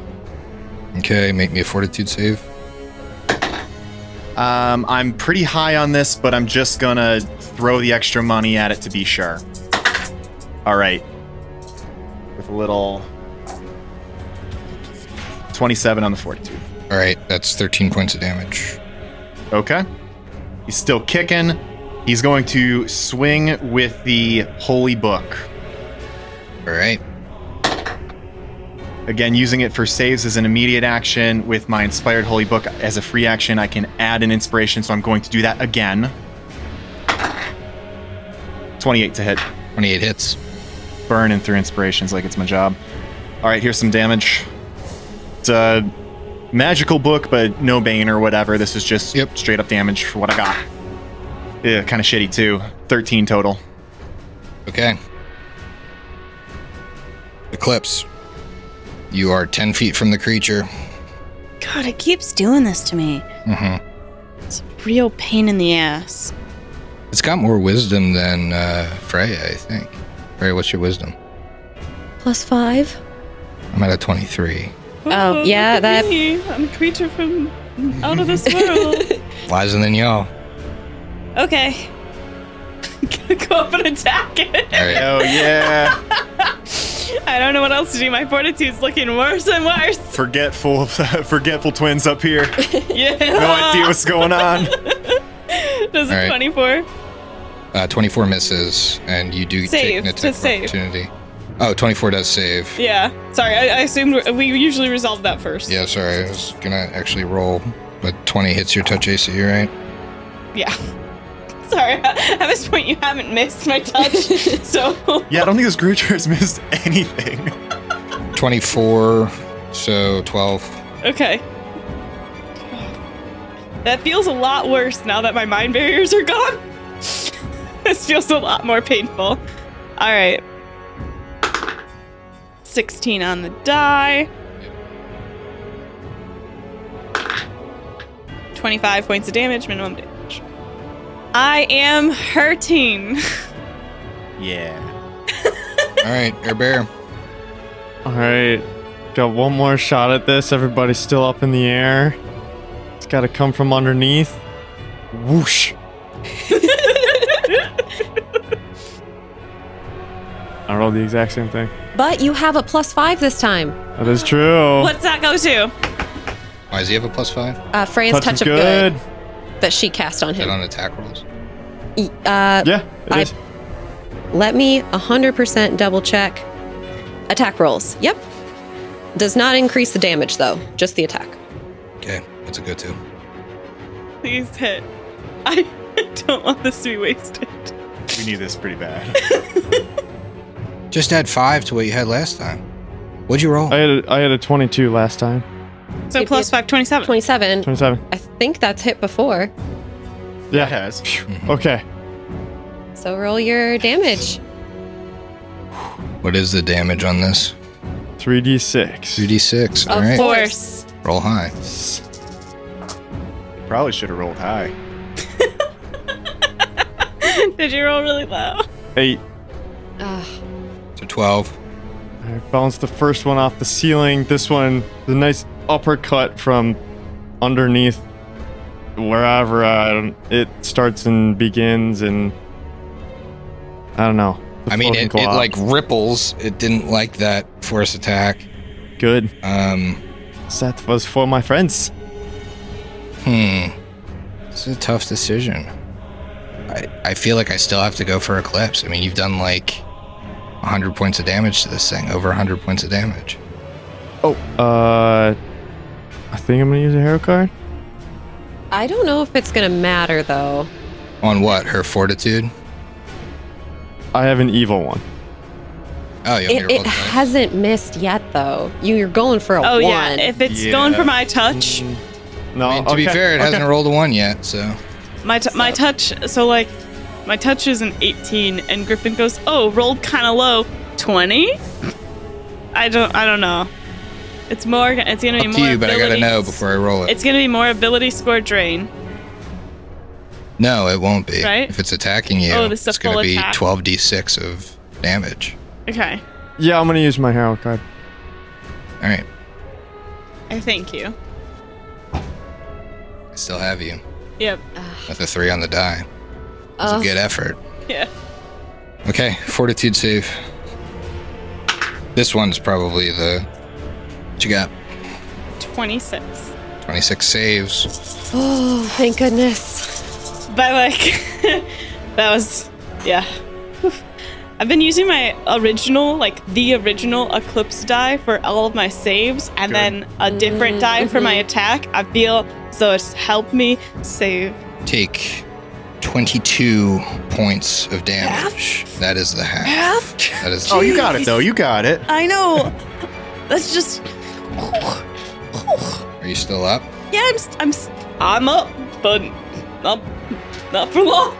Speaker 3: Okay, make me a fortitude save.
Speaker 4: Um, I'm pretty high on this, but I'm just gonna throw the extra money at it to be sure. All right. With a little 27 on the fortitude.
Speaker 3: All right, that's 13 points of damage.
Speaker 4: Okay. He's still kicking. He's going to swing with the holy book.
Speaker 3: All right.
Speaker 4: Again, using it for saves as an immediate action with my inspired holy book as a free action, I can add an inspiration, so I'm going to do that again. 28 to hit.
Speaker 3: 28 hits.
Speaker 4: Burning through inspirations like it's my job. All right, here's some damage. It's a magical book, but no bane or whatever. This is just
Speaker 3: Yep.
Speaker 4: straight up damage for what I got. Yeah, kind of shitty too. 13 total.
Speaker 3: Okay. Eclipse. You are 10 feet from the creature.
Speaker 10: God, it keeps doing this to me.
Speaker 3: Mm-hmm.
Speaker 1: It's a real pain in the ass.
Speaker 3: It's got more wisdom than uh, Freya, I think. Freya, what's your wisdom?
Speaker 7: Plus five.
Speaker 3: I'm at a 23.
Speaker 7: Oh, yeah,
Speaker 1: look at
Speaker 7: that-
Speaker 1: me. I'm a creature from out of this world.
Speaker 3: Lies and then y'all.
Speaker 1: okay. Gonna go up and attack it.
Speaker 3: All right.
Speaker 4: Oh, yeah.
Speaker 1: I don't know what else to do. My fortitude's looking worse and worse.
Speaker 4: forgetful, forgetful twins up here.
Speaker 1: Yeah.
Speaker 4: No idea what's going on.
Speaker 1: Does
Speaker 3: All right.
Speaker 1: it 24?
Speaker 3: Uh, 24 misses, and you do take
Speaker 1: Save,
Speaker 3: an
Speaker 1: to
Speaker 3: attack of
Speaker 1: save.
Speaker 3: opportunity. Oh, 24 does save.
Speaker 1: Yeah. Sorry, I, I assumed we usually resolve that first.
Speaker 3: Yeah, sorry. I was going to actually roll, but 20 hits your touch AC, right?
Speaker 1: Yeah. Sorry, at this point you haven't missed my touch, so
Speaker 4: Yeah, I don't think this creature has missed anything.
Speaker 3: 24, so 12.
Speaker 1: okay. That feels a lot worse now that my mind barriers are gone. this feels a lot more painful. All right. 16 on the die. 25 points of damage, minimum damage. I am hurting.
Speaker 4: Yeah.
Speaker 3: All right, Air Bear.
Speaker 8: All right. Got one more shot at this. Everybody's still up in the air. It's got to come from underneath. Whoosh. I rolled the exact same thing.
Speaker 7: But you have a plus five this time.
Speaker 8: That is true.
Speaker 1: What's that go to?
Speaker 3: Why does he have a plus five? Is
Speaker 7: Uh, Freya's touch, of good. that she cast on
Speaker 3: that
Speaker 7: him.
Speaker 3: on attack rolls?
Speaker 7: E- Uh,
Speaker 8: Yeah, it
Speaker 7: I-
Speaker 8: is.
Speaker 7: Let me 100% double check. Attack rolls. Yep. Does not increase the damage though, just the attack.
Speaker 3: Okay, that's a good two.
Speaker 1: Please hit. I don't want this to be wasted.
Speaker 4: We need this pretty bad.
Speaker 3: Just add five to what you had last time. What'd you roll?
Speaker 8: I had a, I had a 22 last time.
Speaker 1: So
Speaker 7: It
Speaker 1: plus
Speaker 7: is-
Speaker 1: five, 27.
Speaker 7: 27.
Speaker 8: 27.
Speaker 7: I think that's hit before.
Speaker 8: Yeah.
Speaker 4: It has. Mm-hmm.
Speaker 8: Okay.
Speaker 7: So roll your damage.
Speaker 3: What is the damage on this?
Speaker 8: 3d6.
Speaker 3: 2d6. All
Speaker 7: Of
Speaker 3: right,
Speaker 7: course.
Speaker 3: roll high.
Speaker 4: Probably should have rolled high.
Speaker 1: Did you roll really low?
Speaker 8: 8.
Speaker 7: Ugh.
Speaker 3: So 12.
Speaker 8: I bounced the first one off the ceiling. This one, the nice uppercut from underneath wherever I don't, it starts and begins, and I don't know. The
Speaker 3: I mean,
Speaker 8: floating
Speaker 3: it, it
Speaker 8: glob.
Speaker 3: like ripples. It didn't like that force attack.
Speaker 8: good.
Speaker 3: Um,
Speaker 8: That was for my friends.
Speaker 3: hmm. It's a tough decision. I, I feel like I still have to go for Eclipse. I mean, you've done like 100 points of damage to this thing, over 100 points of damage.
Speaker 8: Oh, uh, I think I'm gonna use a hero card.
Speaker 7: I don't know if it's gonna matter though.
Speaker 3: On what? Her fortitude?
Speaker 8: I have an evil one.
Speaker 3: Oh, you want me to
Speaker 7: It,
Speaker 3: roll
Speaker 7: it
Speaker 3: twice?
Speaker 7: hasn't missed yet though. You, you're going for a
Speaker 1: Oh
Speaker 7: one.
Speaker 1: yeah. If it's
Speaker 4: Yeah.
Speaker 1: going for my touch,
Speaker 8: No,
Speaker 3: I mean, to be
Speaker 8: okay,
Speaker 3: fair, it
Speaker 8: okay.
Speaker 3: hasn't rolled a one yet, so.
Speaker 1: my t- my touch. So like, my touch is an 18, and Griffin goes, "Oh, rolled kind of low, 20." I don't. I don't know. It's more. It's gonna
Speaker 3: Up
Speaker 1: be
Speaker 3: to
Speaker 1: more.
Speaker 3: you, but I gotta
Speaker 1: ability-
Speaker 3: know before I roll it.
Speaker 1: It's gonna be more ability score drain.
Speaker 3: no, it won't be.
Speaker 1: Right?
Speaker 3: If it's attacking you,
Speaker 1: Oh, this is a
Speaker 3: it's gonna
Speaker 1: full
Speaker 3: be
Speaker 1: attack.
Speaker 3: 12d6 of damage.
Speaker 1: Okay.
Speaker 8: Yeah, I'm gonna use my hero card.
Speaker 3: All right,
Speaker 1: I thank you.
Speaker 3: I still have you.
Speaker 1: Yep.
Speaker 3: With a three on the die. It's a
Speaker 7: Ugh.
Speaker 3: good effort.
Speaker 1: Yeah.
Speaker 3: Okay, fortitude save. This one's probably the. What you got?
Speaker 1: 26.
Speaker 3: 26 saves.
Speaker 7: Oh, thank goodness.
Speaker 1: But like, that was, yeah. Whew. I've been using my original, like the original Eclipse die for all of my saves, and
Speaker 4: Good.
Speaker 1: then a different
Speaker 7: Mhm,
Speaker 1: die for my
Speaker 7: mhm.
Speaker 1: attack. I feel so it's helped me save.
Speaker 3: Take 22 points of damage. That is the half. That is
Speaker 4: Oh, you got it though. You got it.
Speaker 1: I know. That's just.
Speaker 3: Are you still up?
Speaker 1: Yeah, I'm. s- I'm. s- I'm up, but not not for long.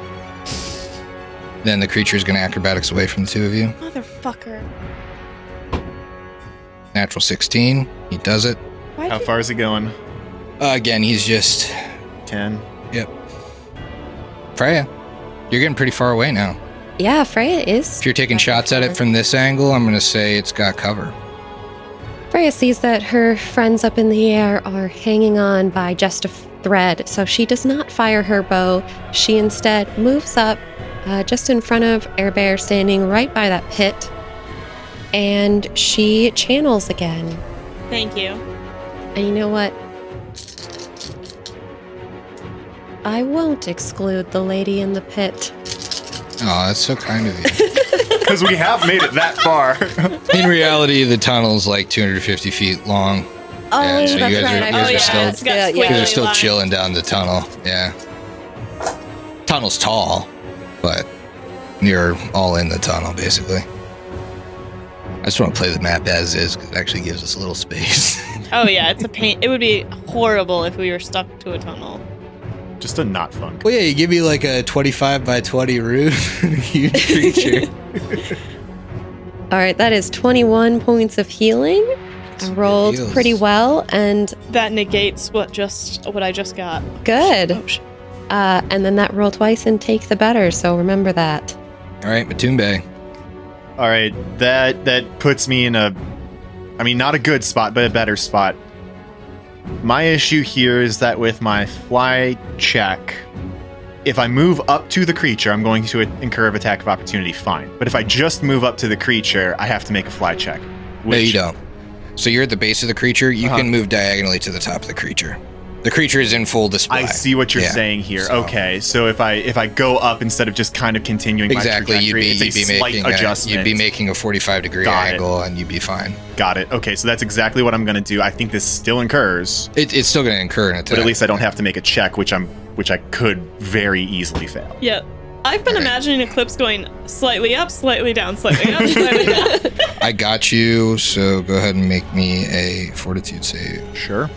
Speaker 3: Then the creature is going to acrobatics away from the two of you.
Speaker 1: Motherfucker.
Speaker 3: Natural 16. He does it.
Speaker 1: Why
Speaker 4: How
Speaker 1: did-
Speaker 4: far is he going?
Speaker 3: Uh, again, he's just.
Speaker 4: Ten.
Speaker 3: Freya, you're getting pretty far away now.
Speaker 7: Yeah, Freya is.
Speaker 3: If you're taking shots at it from this angle, I'm going to say it's got cover.
Speaker 7: Freya sees that her friends up in the air are hanging on by just a thread, so she does not fire her bow. She instead moves up uh, just in front of Air Bear, standing right by that pit, and she channels again.
Speaker 1: Thank you.
Speaker 7: And you know what? I won't exclude the lady in the pit.
Speaker 3: Oh, that's so kind of you.
Speaker 4: Because we have made it that far.
Speaker 3: In reality, the tunnel's like 250 feet long.
Speaker 7: Oh,
Speaker 3: Yeah, so you
Speaker 7: that's
Speaker 3: guys
Speaker 7: right.
Speaker 3: are-
Speaker 7: I
Speaker 3: you guys are
Speaker 7: forgot.
Speaker 3: still-
Speaker 1: it's got
Speaker 7: Yeah,
Speaker 1: squiggly
Speaker 3: Because they're still
Speaker 1: lines.
Speaker 3: chilling down the tunnel. Yeah. Tunnel's tall, but you're all in the tunnel, basically. I just want to play the map as is because it actually gives us a little space.
Speaker 1: Oh yeah, it's a pain. It would be horrible if we were stuck to a tunnel.
Speaker 4: Just a not funk.
Speaker 3: well, yeah, you give me like a 25 by 20 roof, huge creature.
Speaker 7: All right, that is 21 points of healing. I rolled
Speaker 3: heals.
Speaker 7: pretty well and
Speaker 1: That negates what just what I just got.
Speaker 7: good.
Speaker 1: Oh, sh-
Speaker 7: Uh, and then that roll twice and take the better, so remember that.
Speaker 3: all right, Matumbe.
Speaker 4: All right, that that puts me in a, I mean, not a good spot, but a better spot. My issue here is that with my fly check, if I move up to the creature, I'm going to incur an attack of opportunity. Fine, but if I just move up to the creature, I have to make a fly check.
Speaker 3: No, you don't. So you're at the base of the creature. You
Speaker 4: Uh-huh.
Speaker 3: can move diagonally to the top of the creature. The creature is in full display.
Speaker 4: I see what you're
Speaker 3: Yeah,
Speaker 4: saying here.
Speaker 3: so-
Speaker 4: Okay, so if I if I go up instead of just kind of continuing
Speaker 3: Exactly.
Speaker 4: my
Speaker 3: You'd be,
Speaker 4: trajectory,
Speaker 3: you'd
Speaker 4: it's a
Speaker 3: be
Speaker 4: slight
Speaker 3: making a,
Speaker 4: adjustment.
Speaker 3: you'd be making a 45 degree
Speaker 4: Got it.
Speaker 3: angle, and you'd be fine.
Speaker 4: Got it. Okay, so that's exactly what I'm going to do. I think this still incurs.
Speaker 3: It, it's still going to incur an attack.
Speaker 4: but at least I don't have to make a check, which I'm which I could very easily fail.
Speaker 1: Yeah, I've been
Speaker 3: Alright.
Speaker 1: imagining Eclipse going slightly up, slightly down, slightly up, slightly down.
Speaker 3: I got you, so go ahead and make me a fortitude save.
Speaker 4: Sure.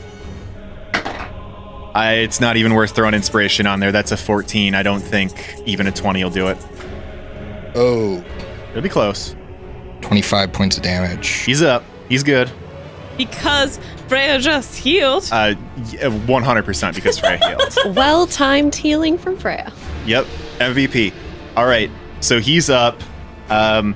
Speaker 4: I, it's not even worth throwing inspiration on there. That's a 14. I don't think even a 20 will do it.
Speaker 3: Oh,
Speaker 4: It'll be close.
Speaker 3: 25 points of damage.
Speaker 4: He's up. He's good.
Speaker 1: because Freya just healed.
Speaker 4: Uh, y- 100% because Frey healed.
Speaker 7: Well timed healing from Freya.
Speaker 4: Yep, MVP. All right, so he's up. Um,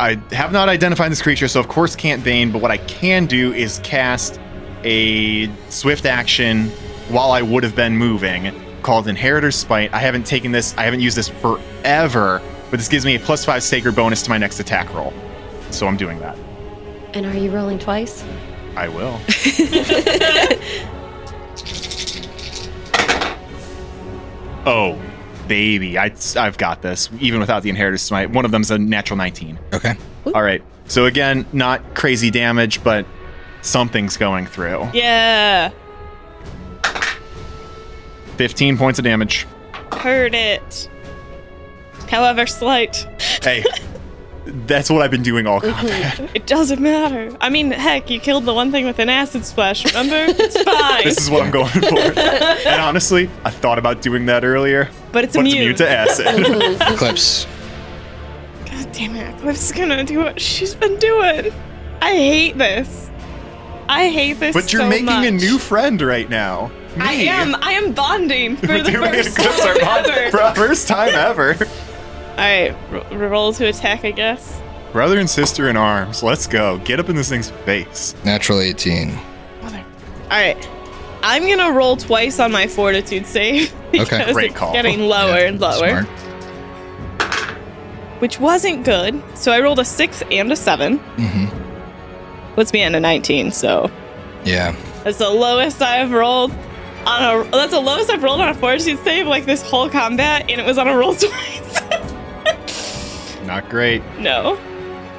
Speaker 4: I have not identified this creature, so of course can't Bane, but what I can do is cast a swift action while I would have been moving called Inheritor's Spite. I haven't taken this, I haven't used this forever, but this gives me a plus five sacred bonus to my next attack roll. So I'm doing that.
Speaker 7: And are you rolling twice?
Speaker 4: I will. oh, baby. I, I've got this, even without the Inheritor's Smite. One of them's a natural 19.
Speaker 3: Okay.
Speaker 4: All right. So, again, not crazy damage, but something's going through.
Speaker 1: yeah,
Speaker 4: 15 points of damage.
Speaker 1: heard it. However slight,
Speaker 4: Hey, that's what I've been doing all combat.
Speaker 1: it doesn't matter. I mean, heck, you killed the one thing with an acid splash. Remember? It's fine.
Speaker 4: This is what I'm going for. and honestly, I thought about doing that earlier,
Speaker 1: but it's
Speaker 4: but it's
Speaker 1: immune.
Speaker 4: immune to acid.
Speaker 3: Eclipse.
Speaker 1: God damn it, Eclipse is gonna do what she's been doing. I hate this. I hate this.
Speaker 4: but you're
Speaker 1: so
Speaker 4: making a
Speaker 1: much.
Speaker 4: new friend right now.
Speaker 1: I
Speaker 4: Me.
Speaker 1: am. I am bonding for
Speaker 4: We're
Speaker 1: the
Speaker 4: doing an
Speaker 1: first
Speaker 4: Eclipse
Speaker 1: time
Speaker 4: Armada
Speaker 1: ever.
Speaker 4: for our first time ever.
Speaker 1: All right, r- roll to attack, I guess.
Speaker 4: Brother and sister in arms, let's go. Get up in this thing's face.
Speaker 3: Natural 18.
Speaker 1: All right, I'm gonna roll twice on my fortitude save because
Speaker 4: Great
Speaker 1: it's
Speaker 4: call.
Speaker 1: getting lower
Speaker 3: Yeah,
Speaker 1: and lower,
Speaker 3: Smart.
Speaker 1: which wasn't good. So I rolled a six and a seven.
Speaker 3: hmm
Speaker 1: Puts me at a 19. So
Speaker 3: Yeah.
Speaker 1: That's the lowest I've rolled on a. That's the lowest I've rolled on a fortitude save like this whole combat, and it was on a roll twice.
Speaker 4: Not great.
Speaker 1: no,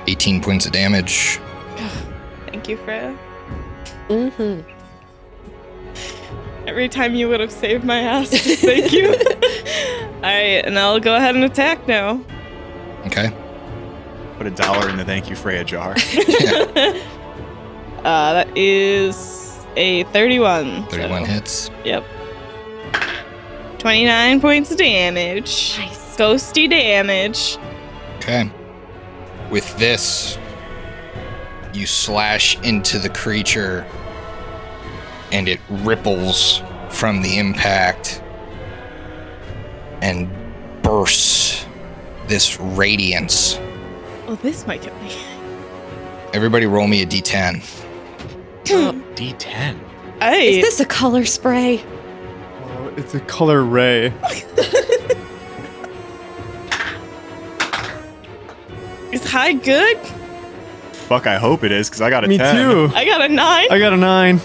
Speaker 3: 18 points of damage.
Speaker 1: thank you, Freya.
Speaker 7: Mm-hmm.
Speaker 1: Every time you would have saved my ass, just thank you. All right, and I'll go ahead and attack now.
Speaker 3: Okay.
Speaker 4: Put a dollar in the thank you Freya jar.
Speaker 1: uh, that is a 31.
Speaker 3: 31 hits.
Speaker 1: Yep. 29 points of damage. Nice. Ghosty damage.
Speaker 3: Okay. With this, you slash into the creature and it ripples from the impact and bursts this radiance.
Speaker 1: Oh, this might kill me.
Speaker 3: Everybody, roll me a d10.
Speaker 4: D10.
Speaker 1: Hey,
Speaker 7: Is this a color spray?
Speaker 8: Oh, it's a color ray.
Speaker 1: is high good?
Speaker 4: Fuck, I hope it is because I got a
Speaker 8: Me
Speaker 4: 10.
Speaker 8: too.
Speaker 1: I got a nine.
Speaker 8: I got a nine.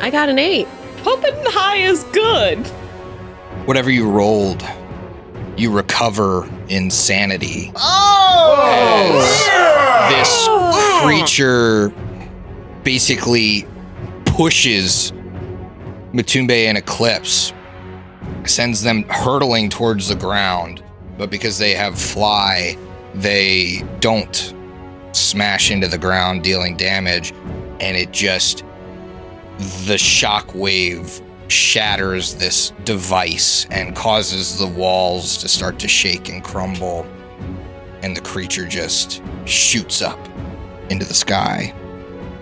Speaker 7: I got an eight.
Speaker 1: Hoping high is good.
Speaker 3: Whatever you rolled, you recover insanity. Oh! This creature basically pushes Matumbe and Eclipse, sends them hurtling towards the ground, but because they have fly, they don't smash into the ground, dealing damage, and it just the shock wave shatters this device and causes the walls to start to shake and crumble and the creature just shoots up into the sky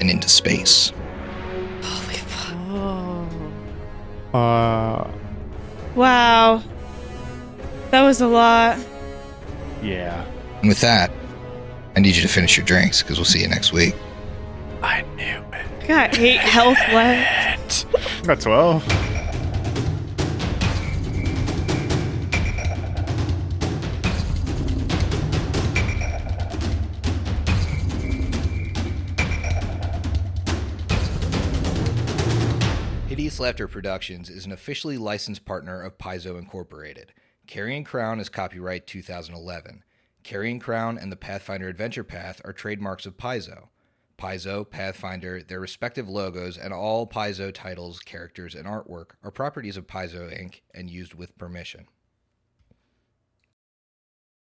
Speaker 3: and into space
Speaker 8: Uh,
Speaker 1: Wow. That was a lot.
Speaker 4: Yeah.
Speaker 3: and with that i need you to finish your drinks because we'll see you next week
Speaker 8: I knew it.
Speaker 1: I got eight health left.
Speaker 4: I got 12.
Speaker 3: Hideous Laughter Productions is an officially licensed partner of Paizo Incorporated. Carrying Crown is copyright 2011. Carrying Crown and the Pathfinder Adventure Path are trademarks of Paizo. Paizo, Pathfinder, their respective logos, and all Paizo titles, characters, and artwork are properties of Paizo Inc. and used with permission.